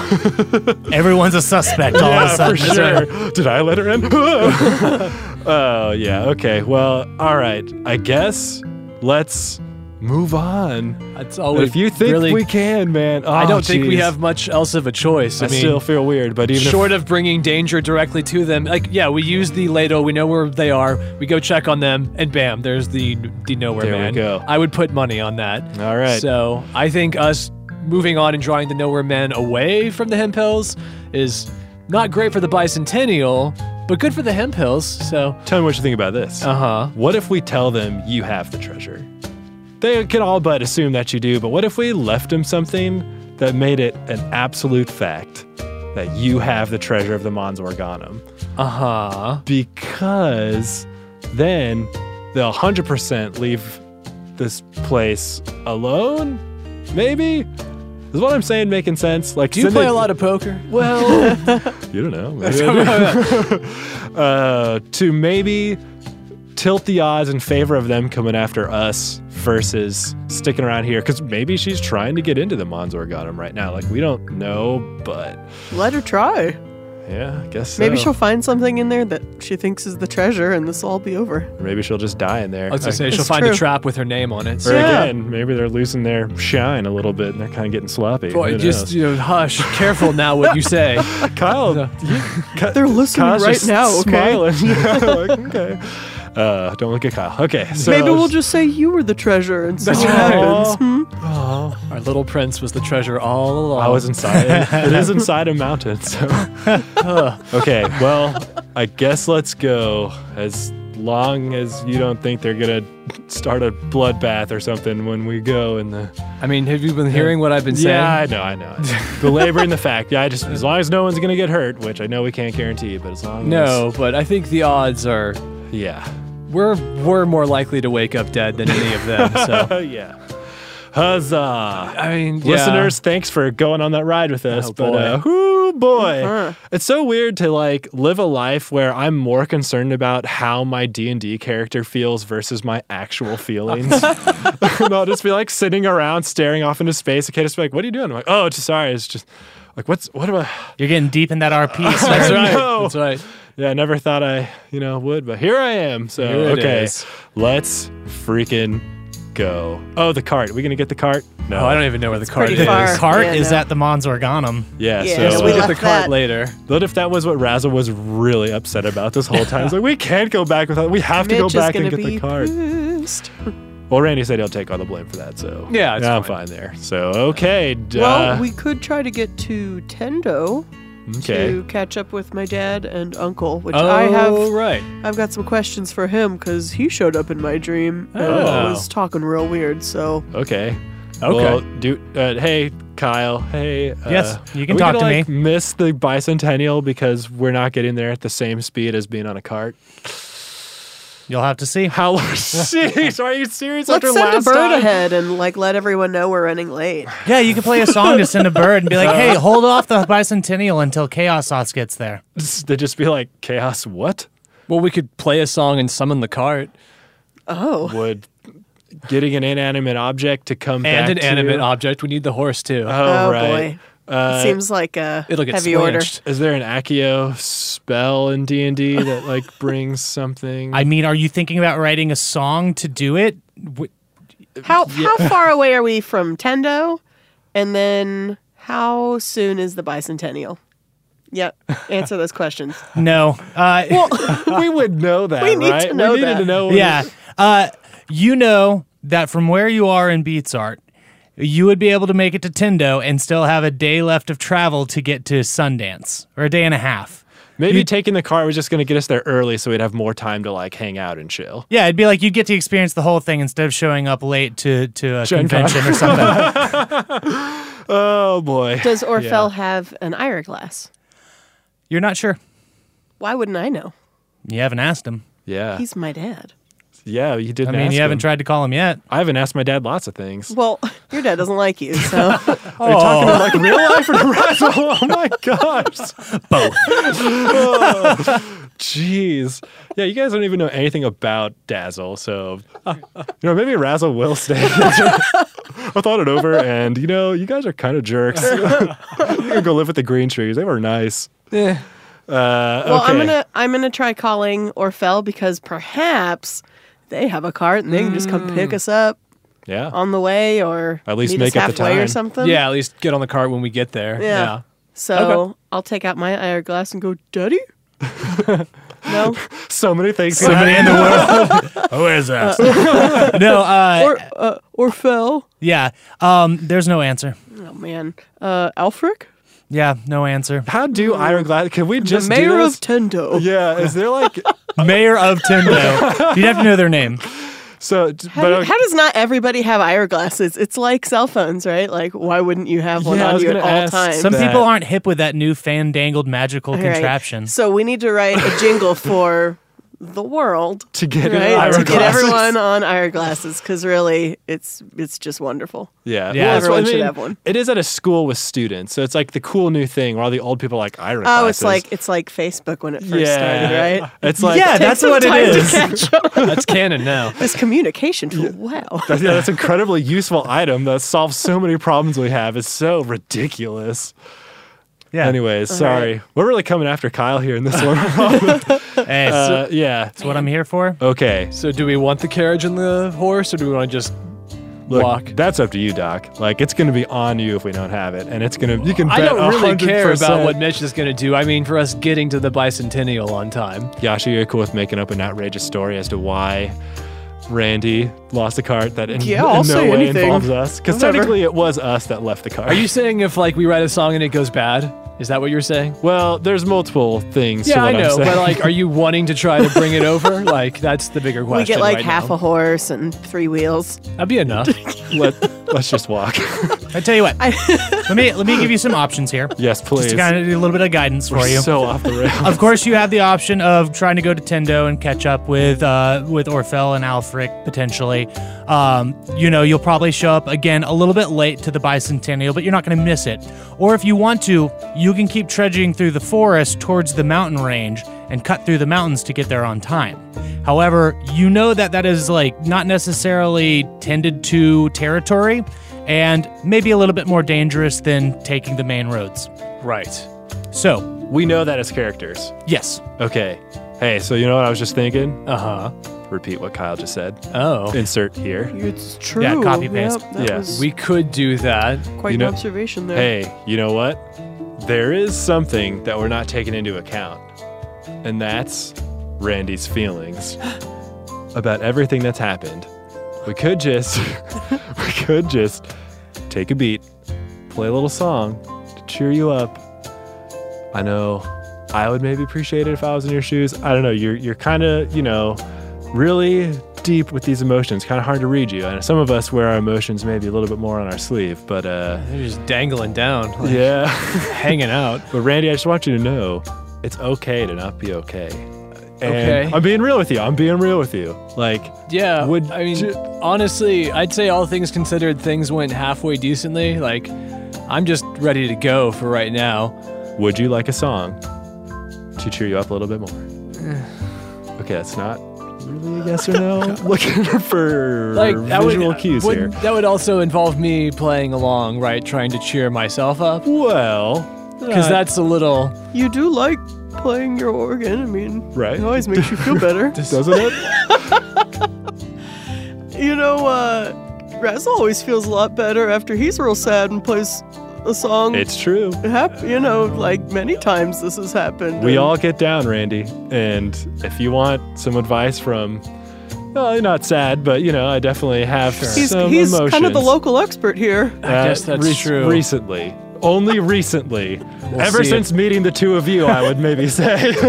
S1: Everyone's a suspect all of a
S2: yeah, for
S1: sudden.
S2: sure. Did I let her in? <laughs> Oh, yeah. Okay. Well, all right. I guess let's move on.
S3: That's all we
S2: If you think
S3: really,
S2: we can, man.
S3: I
S2: Oh,
S3: don't think we
S2: jeez.
S3: have much else of a choice.
S2: I,
S3: I, mean,
S2: still feel weird, but even
S3: short of bringing danger directly to them, like yeah, we use the ladle. We know where they are. We go check on them, and bam, there's the the nowhere
S2: There we
S3: man.
S2: go.
S3: I would put money on that.
S2: if. All right.
S3: So I think us moving on and drawing the nowhere men away from the hemp hills is not great for the bicentennial, but good for the hemp hills. So
S2: Tell me what you think about this.
S3: uh huh.
S2: What if we tell them you have the treasure? They can all but assume that you do, but what if we left them something that made it an absolute fact that you have the treasure of the Mons Organum?
S3: Uh
S2: Uh-huh.
S3: huh.
S2: Because then they'll 100% leave this place alone? Maybe? Is what I'm saying making sense? Like,
S3: Do you
S2: then
S3: play
S2: they-
S3: a lot of poker? <laughs>
S2: well, <laughs> you don't know. Maybe I do. <laughs> uh, to maybe tilt the odds in favor of them coming after us versus sticking around here because maybe she's trying to get into the Mons Organum right now. Like we don't know, but
S4: Let her try.
S2: yeah, I guess
S4: Maybe
S2: so.
S4: she'll find something in there that she thinks is the treasure, and this will all be over.
S2: maybe she'll just die in there.
S3: I was gonna
S2: Like,
S3: say she'll
S4: It's
S3: find a
S4: true.
S3: trap with her name on it.
S2: or
S3: So.
S4: Yeah.
S2: again, maybe they're losing their shine a little bit and they're kind of getting sloppy.
S3: Boy,
S2: Who
S3: just
S2: knows?
S3: you know, hush. Careful now what
S2: <laughs>
S3: you say.
S2: Kyle,
S3: No.
S2: you- Ky-
S4: They're listening
S2: Kyle's
S4: right
S2: just
S4: now. Okay.
S2: Smiling. <laughs> Yeah, like, okay. Uh, don't look at Kyle. Okay, so
S4: Maybe we'll
S2: <laughs>
S4: just say you were the treasure, and see
S2: That's
S4: what
S2: right.
S4: happens. Hmm?
S3: Our little prince was the treasure all along.
S2: I was <laughs> inside. it is inside a mountain. So. okay. Well, I guess let's go. As long as you don't think they're gonna start a bloodbath or something when we go in the.
S3: I mean, have you been hearing what I've been saying?
S2: Yeah, I know, I know. I know. Belaboring <laughs> the fact. Yeah, I just as long as no one's gonna get hurt, which I know we can't guarantee, but as long
S3: No, but I think the odds are
S2: as yeah,
S3: we're we're more likely to wake up dead than any of them. So
S2: oh yeah, huzzah.
S3: <laughs> I mean, yeah.
S2: listeners thanks for going on that ride with us
S3: Oh,
S2: but
S3: boy.
S2: uh whoo boy
S4: Uh-huh.
S2: it's so weird to like live a life where i'm more concerned about how my d&d character feels versus my actual feelings
S3: <laughs>
S2: <laughs> and i'll just be like sitting around staring off into space and just be like what are you doing i'm like oh just sorry it's just like what's what am i
S1: You're getting deep in that
S2: <laughs>
S1: RP. sir.
S3: <clears throat> That's right.
S2: No.
S3: That's right.
S2: yeah i never thought i you know would but here i am so
S3: Here it
S2: okay
S3: is.
S2: let's freaking go oh the cart we gonna get the cart no
S3: Oh, I don't even know where the cart
S4: pretty
S3: is.
S4: far.
S1: Cart
S4: Yeah,
S1: is
S4: no.
S1: at the Mons Organum.
S2: yeah,
S4: Yeah,
S2: so
S4: so
S3: We
S4: Uh,
S3: get the
S4: Left
S3: cart
S4: that.
S3: later.
S2: What if that was what Razzle was really upset about this whole time? He's like, we can't go back without. We have to
S4: Mitch
S2: go
S4: is
S2: back
S4: gonna
S2: and get
S4: be
S2: the card.
S4: pissed.
S2: Well, Randy said he'll take all the blame for that, so
S3: Yeah, it's
S2: I'm fine there. So okay, d- uh,
S4: Well, we could try to get to Tendo
S2: okay.
S4: to catch up with my dad and uncle, which
S3: Oh,
S4: I have.
S3: right.
S4: I've got some questions for him because he showed up in my dream and
S2: Oh.
S4: was talking real weird. So
S2: Okay.
S3: Okay.
S2: Well, do uh, hey Kyle. Hey. Uh,
S1: Yes, you can
S2: are we
S1: talk
S2: gonna,
S1: to
S2: like, me. Miss the bicentennial because we're not getting there at the same speed as being on a cart.
S1: You'll have to see.
S2: How long? Jeez, are you serious?
S4: let's
S2: after
S4: send a
S2: last
S4: bird
S2: time?
S4: ahead and like let everyone know we're running late.
S1: Yeah, you can play a song to send a bird and be
S2: <laughs> Uh.
S1: like, hey, hold off the bicentennial until Chaos Sauce gets there.
S2: They'd just be like, chaos. What
S3: Well, we could play a song and summon the cart
S4: Oh,
S2: would getting an inanimate object to come
S3: and
S2: back
S3: an
S2: to-
S3: animate object. We need the horse too.
S2: Oh,
S4: Oh,
S2: right. Uh,
S4: seems like a
S3: It'll get
S4: heavy
S3: splanched.
S2: is there an Accio spell in D and D that <laughs> like brings something?
S1: I mean, are you thinking about writing a song to do it? W-
S2: <laughs>
S4: order. How how far away are we from Tendo? And then how soon is the bicentennial? Yep, answer those
S2: <laughs>
S4: questions.
S1: No. Uh,
S2: we would know that,
S4: We need to
S2: right?
S4: know
S2: we needed
S4: that.
S2: to know.
S1: <laughs> yeah. Uh, you know that from where you are in Beats Art, you would be able to make it to Tendo and still have a day left of travel to get to Sundance, or a day and a half.
S2: Maybe taking the car was just going to get us there early, so we'd have more time to like hang out and chill.
S1: Yeah, it'd be like you'd get to experience the whole thing instead of showing up late to, to a
S2: Gen Con.
S1: convention or <laughs> something.
S2: Oh boy.
S4: Does Orfel have an ire glass?
S1: You're not sure.
S4: Why wouldn't I know?
S1: You haven't asked him.
S2: Yeah.
S4: He's my dad.
S2: yeah, you didn't.
S1: I mean,
S2: ask
S1: you haven't
S2: him.
S1: tried to call him yet.
S2: I haven't asked my dad lots of things.
S4: Well, <laughs> your dad doesn't like you,
S2: <laughs>
S4: so
S2: Are you talking about like real life or the rest? <laughs> Oh my gosh. Oh,
S1: Both.
S2: Jeez. Yeah, you guys don't even know anything about Dazzle, so you know, maybe Razzle will stay. <laughs> I thought it over and you know, you guys are kind of jerks. <laughs> you can go live with the green trees. They were nice.
S3: Eh.
S2: Uh,
S4: well, I'm
S2: okay.
S4: gonna I'm gonna try calling Orfel because perhaps they have a cart and they can just come pick us up
S2: Yeah.
S4: on the way, or
S2: Mm. At least
S4: meet
S2: make
S4: us
S2: up the
S4: halfway or
S2: time.
S4: something.
S3: yeah, at least get on the cart when we get there.
S4: Yeah.
S3: yeah.
S4: So I'll take out my ire glass and go,
S2: <laughs>
S4: Daddy. no,
S2: so many things.
S1: Somebody in the world. <laughs> Who is this? no, uh,
S4: or uh, Orfel.
S1: yeah. Um, there's no answer.
S4: Oh man, uh, Alfric,
S1: Yeah, no answer.
S2: How do Iron Glass? Can we just
S4: the
S2: do
S4: mayor
S2: this?
S4: of Tendo.
S2: yeah, is there like
S1: Mayor of Tendo. You'd have to know their name.
S2: so? d-
S4: How,
S2: but
S4: do-
S2: okay.
S4: how does not everybody have ire glasses? It's like cell phones, right? Like, why wouldn't you have one
S2: Yeah, I
S4: on
S2: was
S4: you at
S2: gonna
S4: all
S2: ask
S4: times?
S1: Some
S2: That-
S1: people aren't hip with that new fandangled magical
S4: All right.
S1: contraption.
S4: So we need to write
S2: <laughs>
S4: a jingle for the world.
S2: to get
S4: Right,
S2: Iron
S4: to get
S2: Glasses.
S4: everyone on ire glasses, because really, it's it's just wonderful.
S2: Yeah,
S1: Yeah.
S2: that's what
S4: Everyone should have one.
S2: It is at a school with students, so it's like the cool new thing where all the old people are like Iron
S4: Oh,
S2: Glasses.
S4: it's like it's like Facebook when it first
S2: yeah,
S4: started, right?
S2: <laughs> It's like
S1: Yeah,
S4: Take
S1: that's
S4: some
S1: what it
S4: time to
S1: is.
S2: <laughs>
S4: catch up.
S3: That's canon now. <laughs>
S4: this communication tool. Wow.
S2: that's, yeah, that's an incredibly useful item that solves so many problems we have. It's so ridiculous.
S1: yeah.
S2: Anyways, sorry, we're really coming after Kyle here in this one.
S1: Hey, so-
S2: uh, yeah.
S1: that's what I'm here for.
S2: Okay.
S3: So, do we want the carriage and the horse, or do we want to just
S2: Look,
S3: walk?
S2: that's up to you, Doc. Like, it's going to be on you if we don't have it, and it's going to. You can. Bet
S3: I don't really care
S2: 100%.
S3: about what Mitch is going to do. I mean, for us getting to the bicentennial on time.
S2: Yasha, you're cool with making up an outrageous story as to why Randy lost the cart that in,
S4: Yeah,
S2: in
S4: I'll
S2: no
S4: say
S2: way
S4: anything.
S2: involves us. Because
S4: Whatever.
S2: technically it was us that left the cart.
S3: Are you saying if like we write a song and it goes bad? Is that what you're saying?
S2: well, there's multiple things to
S3: Yeah, I
S2: what
S3: know,
S2: am saying.
S3: but like, are you wanting to try to bring it <laughs> over? Like, that's the bigger question.
S4: We get like
S3: right
S4: half
S3: now.
S4: a horse and three wheels.
S3: That'd be <laughs> enough.
S2: Let, let's just walk. <laughs>
S1: I tell you what. let me let me give you some options here.
S2: yes, please.
S1: Just to kind of do a little bit of guidance for you.
S2: so off
S1: <laughs>
S2: the rail.
S1: Of course, you have the option of trying to go to Tendo and catch up with uh, with Orfel and Alfric potentially. Um, you know, you'll probably show up again a little bit late to the bicentennial, but you're not going to miss it. Or if you want to, you can keep trudging through the forest towards the mountain range and cut through the mountains to get there on time. However, you know that that is like not necessarily tended to territory, and maybe a little bit more dangerous than taking the main roads.
S3: right.
S1: So,
S2: we know that as characters.
S1: yes.
S2: Okay. Hey, so you know what I was just thinking?
S3: Uh
S1: Uh-huh.
S3: huh.
S2: Repeat what Kyle just said.
S1: Uh.
S3: Oh,
S2: Insert here.
S4: It's true.
S1: copy paste.
S4: Yep, that
S2: Yeah.
S4: was
S3: we could do that.
S4: quite
S2: you know-
S4: an observation there.
S2: Hey, you know what? There is something that we're not taking into account, and that's Randy's feelings <gasps> about everything that's happened. We could just, <laughs> we could just take a beat, play a little song to cheer you up. I know I would maybe appreciate it if I was in your shoes. I don't know. You're you're kind of you know really deep with these emotions. Kind of hard to read you. And some of us wear our emotions maybe a little bit more on our sleeve, but uh.
S3: They're just dangling down, like,
S2: Yeah. <laughs>
S3: hanging out.
S2: but Randy, I just want you to know it's okay to not be okay. And
S3: Okay.
S2: I'm being real with you. I'm being real with you. Like,
S3: Yeah.
S2: Would
S3: I mean,
S2: ju-
S3: honestly, I'd say all things considered, things went halfway decently. Like, I'm just ready to go for right now.
S2: would you like a song to cheer you up a little bit more? okay, that's not really a yes or no. Looking <laughs> for
S3: Like, that
S2: visual
S3: would,
S2: cues
S3: would-
S2: here.
S3: That would also involve me playing along, right? Trying to cheer myself up,
S2: Well,
S3: because
S2: uh,
S3: <laughs> that's a little.
S4: You do like playing your organ. I mean,
S2: Right.
S4: it always makes
S2: <laughs>
S4: you feel better.
S2: doesn't it?
S4: you know, uh, Raz always feels a lot better after he's real sad and plays a song.
S2: it's true.
S4: hap- you know, like many times this has happened.
S2: We
S4: and-
S2: all get down, Randy. And if you want some advice from, well, you're not sad, but you know, I definitely have
S4: He's,
S2: some
S4: he's
S2: emotions.
S4: kind of the local expert here.
S3: I guess that's true.
S2: Uh, Recently. Only recently. Ever
S3: see
S2: since meeting the two of you, I would maybe say. <laughs>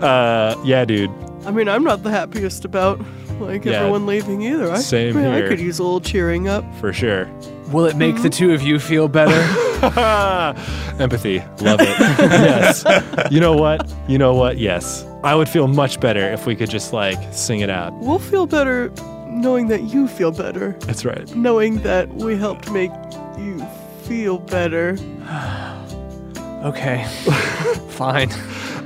S2: uh, yeah, dude.
S4: I mean, I'm not the happiest about like
S2: Yeah.
S4: everyone leaving either. I,
S2: Same
S4: man, I
S2: here.
S4: could use a little cheering up.
S2: For sure. <laughs>
S3: Will it make the two of you feel <laughs> better?
S2: Empathy. Love
S3: <laughs>
S2: it. yes. You know what? You know what? Yes. I would feel much better if we could just like sing it out.
S4: We'll feel better knowing that you feel better,
S2: That's right.
S4: knowing that we helped make you feel better.
S3: <laughs> okay. Fine.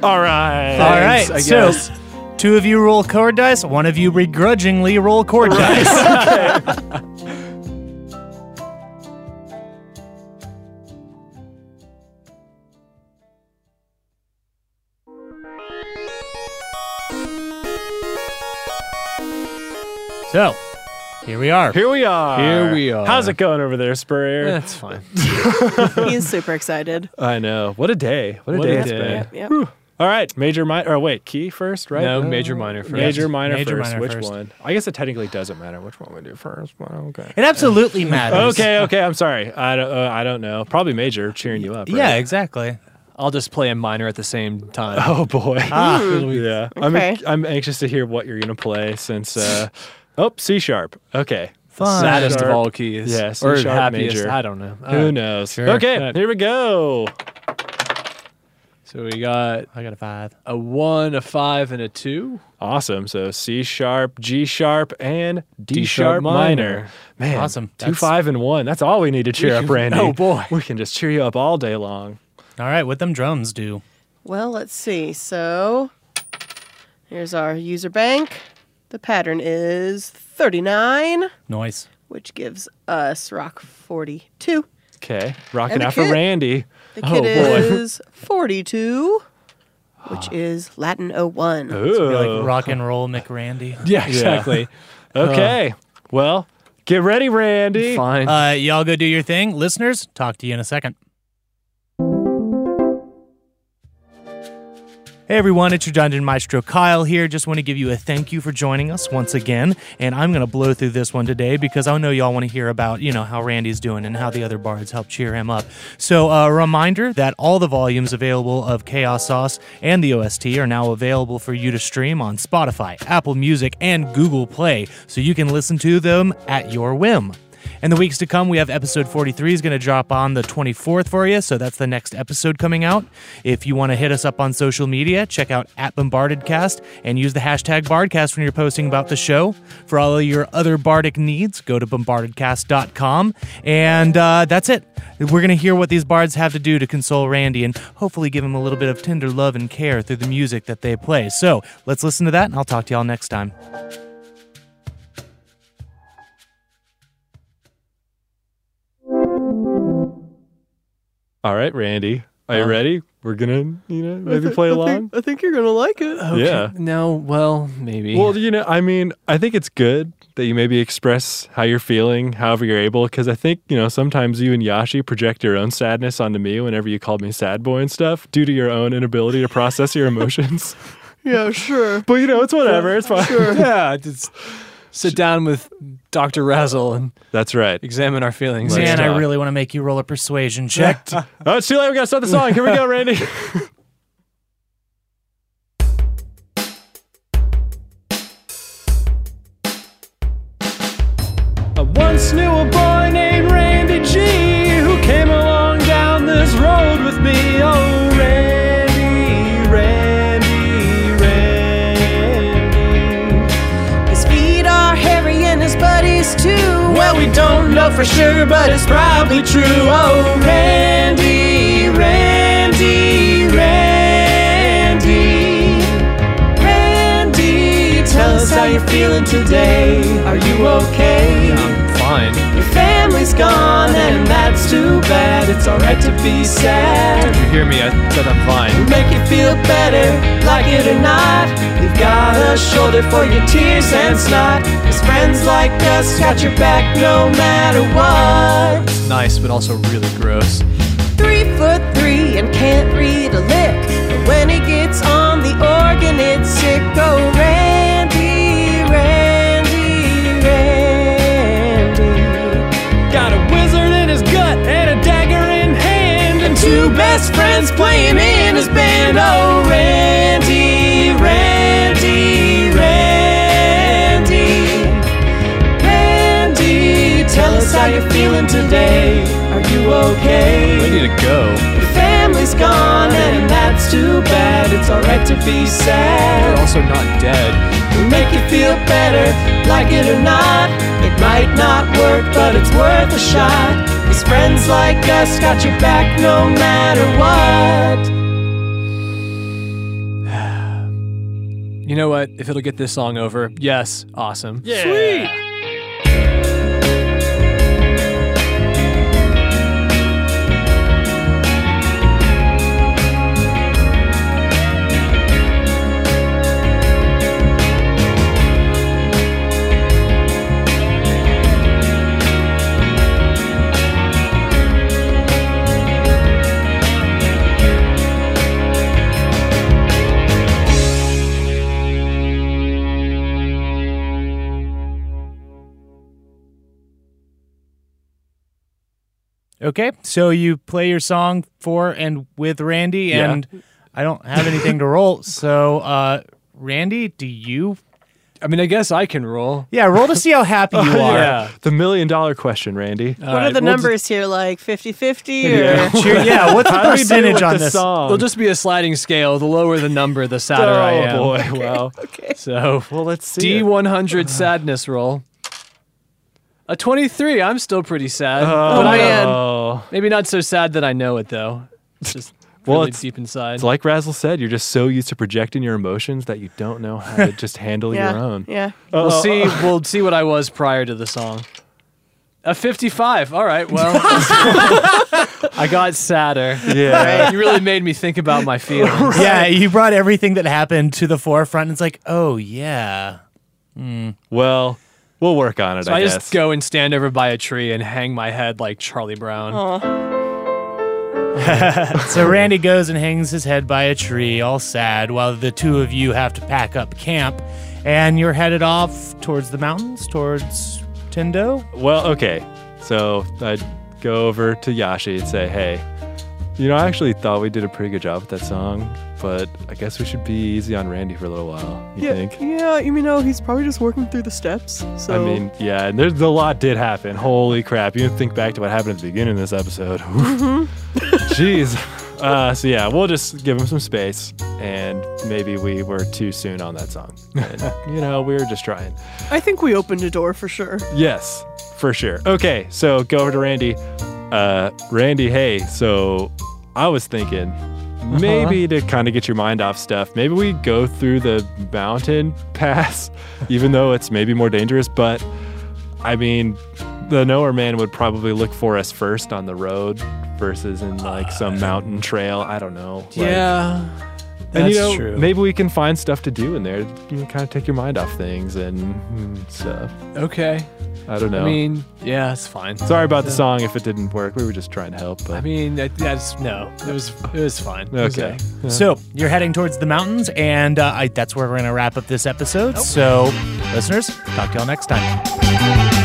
S2: All right.
S1: All right,
S3: I
S1: so
S3: guess.
S1: two of you roll chord dice, one of you begrudgingly roll chord dice.
S3: <laughs>
S1: so, here we are.
S2: Here we are.
S3: Here we are.
S2: How's it going over there, Spurrier?
S3: <laughs> That's fine.
S4: He's
S2: <laughs>
S4: super excited.
S2: I know. What a day. What a
S3: What a
S2: day it's
S3: day.
S2: been.
S4: Yep, yep.
S2: All right. Major, minor. Or wait, key first, right?
S3: No, major, minor first.
S2: Major, minor
S1: Major,
S2: first.
S1: minor
S2: which
S1: first.
S2: one? I guess it technically doesn't matter which one we do first. Well,
S3: <laughs>
S2: okay.
S1: It absolutely matters.
S2: Okay, okay. I'm sorry. I don't, uh, I don't know. Probably major cheering you up. right?
S1: Yeah, exactly.
S3: I'll just play a minor at the same time.
S2: <laughs> Oh boy. <laughs>
S3: Ah,
S2: yeah.
S4: Okay.
S2: I'm I'm anxious to hear what you're gonna play since. Uh, <laughs> oh, C sharp. Okay.
S3: Oh,
S1: Fun.
S3: <laughs> Saddest of
S2: Sharp.
S3: all keys.
S2: Yeah, C
S3: or
S2: sharp
S3: happiest.
S2: major.
S3: I don't know.
S2: Who
S3: Uh,
S2: knows?
S1: sure.
S2: Okay, here we go.
S3: so we got
S1: I got a five.
S3: a one, a five, and a two.
S2: Awesome. So C sharp, G sharp, and D,
S3: D
S2: sharp
S3: sharp
S2: minor.
S3: minor.
S2: Man,
S1: Awesome.
S2: Two,
S1: That's-
S2: five, and one. That's all we need to cheer up, Randy.
S3: Oh, boy.
S2: we can just cheer you up all day long.
S1: All right, what them drums do?
S4: Well, let's see. So here's our user bank. The pattern is 39,
S1: Noise.
S4: which gives us rock 42.
S2: Okay, rocking
S4: the
S2: out for
S4: kid-
S2: Randy.
S4: The
S2: Oh,
S4: kid
S2: boy. Ah.
S4: is 42, which is Latin 01.
S1: Be
S2: Ooh.
S3: Uh,
S1: like rock and roll McRandy.
S3: Yeah,
S2: exactly.
S3: <laughs> exactly.
S2: Okay. well, get ready, Randy.
S3: Fine.
S1: Uh, y'all go do your thing. Listeners, talk to you in a second. Hey everyone, it's your Dungeon Maestro Kyle here. Just want to give you a thank you for joining us once again. And I'm going to blow through this one today because I know y'all want to hear about, you know, how Randy's doing and how the other bards help cheer him up. So, uh, a reminder that all the volumes available of Chaos Sauce and the OST are now available for you to stream on Spotify, Apple Music, and Google Play, so you can listen to them at your whim. In the weeks to come, we have episode 43 is going to drop on the 24th for you, so that's the next episode coming out. If you want to hit us up on social media, check out at BombardedCast and use the hashtag BardCast when you're posting about the show. For all of your other bardic needs, go to bombardedcast.com. And uh, that's it. We're going to hear what these bards have to do to console Randy and hopefully give him a little bit of tender love and care through the music that they play. So let's listen to that, and I'll talk to y'all next time.
S2: All right, Randy. Are you ready? We're gonna, you know,
S4: I
S2: maybe
S4: thi-
S2: play
S4: I think-
S2: along.
S4: I think you're going to like it.
S2: Yeah.
S3: No, well, maybe.
S2: Well, you know, I mean, I think it's good that you maybe express how you're feeling, however you're able, because I think you know sometimes you and Yashi project your own sadness onto me whenever you called me sad boy and stuff, due to your own inability to process your emotions.
S3: <laughs>
S4: Yeah, sure.
S2: but you know, it's whatever. It's fine. <laughs>
S3: yeah, just sit down with Dr. Razzle and
S2: That's right.
S3: examine our feelings.
S2: Let's
S1: Man, I
S2: talk.
S1: really want to make you roll a persuasion check.
S2: Oh, it's too late. We gotta start the song. Here we go,
S3: <laughs>
S2: Randy. I once knew a boy named Randy G who came along down this road with me. Oh, Randy, Randy, Randy.
S4: His feet are hairy and his buddies too.
S2: Well, we don't know for sure, but it's probably true. Oh, Randy, Randy, Randy. Randy, tell us how you're feeling today. Are you okay?
S3: I'm fine.
S2: Your family's gone, and that's too bad. It's alright to be sad.
S3: If you hear me, I said I'm fine.
S2: Make you feel better, like it or not. You've got a shoulder for your tears and snot. Cause friends like us got your back no matter what.
S3: It's nice, but also really gross.
S4: Three foot three and can't read a lick. But when he gets on the organ, it's sick. Oh, Randy, Randy, Randy.
S2: Got a wizard in his gut and a dagger in hand, and two best friends playing in his band. Oh, Randy, Randy, Randy, Randy, tell us how
S4: how you feeling today? Are you okay?
S3: We need to go.
S4: Your family's gone, and that's too bad. It's alright to be
S3: They're
S4: sad.
S3: also not dead.
S4: It'll make you feel better, like it or not. It might not work, but it's worth a shot. These friends like us got your back no matter what.
S3: <sighs> You know what? If it'll get this song over, yes, awesome.
S2: Yeah.
S1: Okay, so you play your song for and with Randy,
S2: Yeah.
S1: and I don't have anything to roll. <laughs> So, uh, Randy, do you?
S3: I mean, I guess I can roll.
S1: Yeah, roll to see how
S2: <laughs>
S1: happy
S2: Oh,
S1: you are.
S3: Yeah. Uh,
S2: The million dollar question, Randy.
S5: what
S3: All
S5: are
S3: right,
S5: the
S3: we'll
S5: numbers here? Like 50 50 or
S2: <laughs> Yeah.
S1: Cheer- yeah, what's the
S2: How do we do
S1: percentage
S2: with
S1: on
S2: the
S1: this?
S2: Song?
S3: It'll just be a sliding scale. The lower the number, the
S2: oh
S3: sadder I am.
S2: boy!
S3: <laughs>
S2: Wow. <laughs>
S3: So
S2: Well, let's see.
S3: D
S2: it.
S3: one hundred sadness roll. A twenty three. I'm still pretty sad,
S2: Oh,
S3: but I
S4: man.
S3: maybe not so sad that I know it though. It's just
S2: <laughs> Well,
S3: really
S2: it's-
S3: deep inside.
S2: It's like Razzle said, you're just so used to projecting your emotions that you don't know
S5: <laughs>
S2: how to just handle your
S5: Yeah.
S2: own.
S5: Yeah.
S3: we'll
S2: uh,
S3: see. We'll see what I was prior to the song. A fifty five. All
S2: <laughs>
S3: right. Well, I got sadder.
S2: Yeah.
S3: You really made me think about my feelings.
S1: Yeah, you brought everything that happened to the forefront. And it's like, oh yeah,
S2: Well, we'll work on it,
S3: So
S2: I,
S3: I
S2: guess.
S3: just go and stand over by a tree and hang my head like Charlie Brown.
S1: So Randy goes and hangs his head by a tree, all sad, while the two of you have to pack up camp, and you're headed off towards the mountains, towards Tindo.
S2: Well, okay. So I'd go over to Yashi and say, hey, you know, I actually thought we did a pretty good job with that song, but I guess we should be easy on Randy for a little while. You think?
S4: yeah, you know, he's probably just working through the steps. So
S2: I mean, yeah, and there's a lot did happen. Holy crap. You think back to what happened at the beginning of this episode. <laughs>
S4: Mm-hmm.
S2: Whew. Jeez. Uh, so yeah, we'll just give him some space, and maybe we were too soon on that song. And, you know, we were just trying.
S4: I think we opened a door for sure.
S2: Yes, for sure. Okay, so go over to Randy. Uh, Randy, hey, so I was thinking
S3: Uh-huh.
S2: maybe to kind of get your mind off stuff, maybe we go through the mountain <laughs> pass, even though it's maybe more dangerous. But I mean, the knower man would probably look for us first on the road versus in like some mountain trail. I don't know. Like,
S3: Uh, yeah, that's
S2: and you know,
S3: true.
S2: maybe we can find stuff to do in there. You can kind of take your mind off things and mm, stuff.
S3: okay.
S2: I don't know.
S3: I mean, yeah, it's fine.
S2: Sorry about the song if it didn't work. We were just trying to help. But
S3: I mean, that, that's no. It was it was fine. It was
S2: okay.
S1: So you're heading towards the mountains, and uh, I, that's where we're going to wrap up this episode. So, listeners, talk to y'all next time.
S6: Thank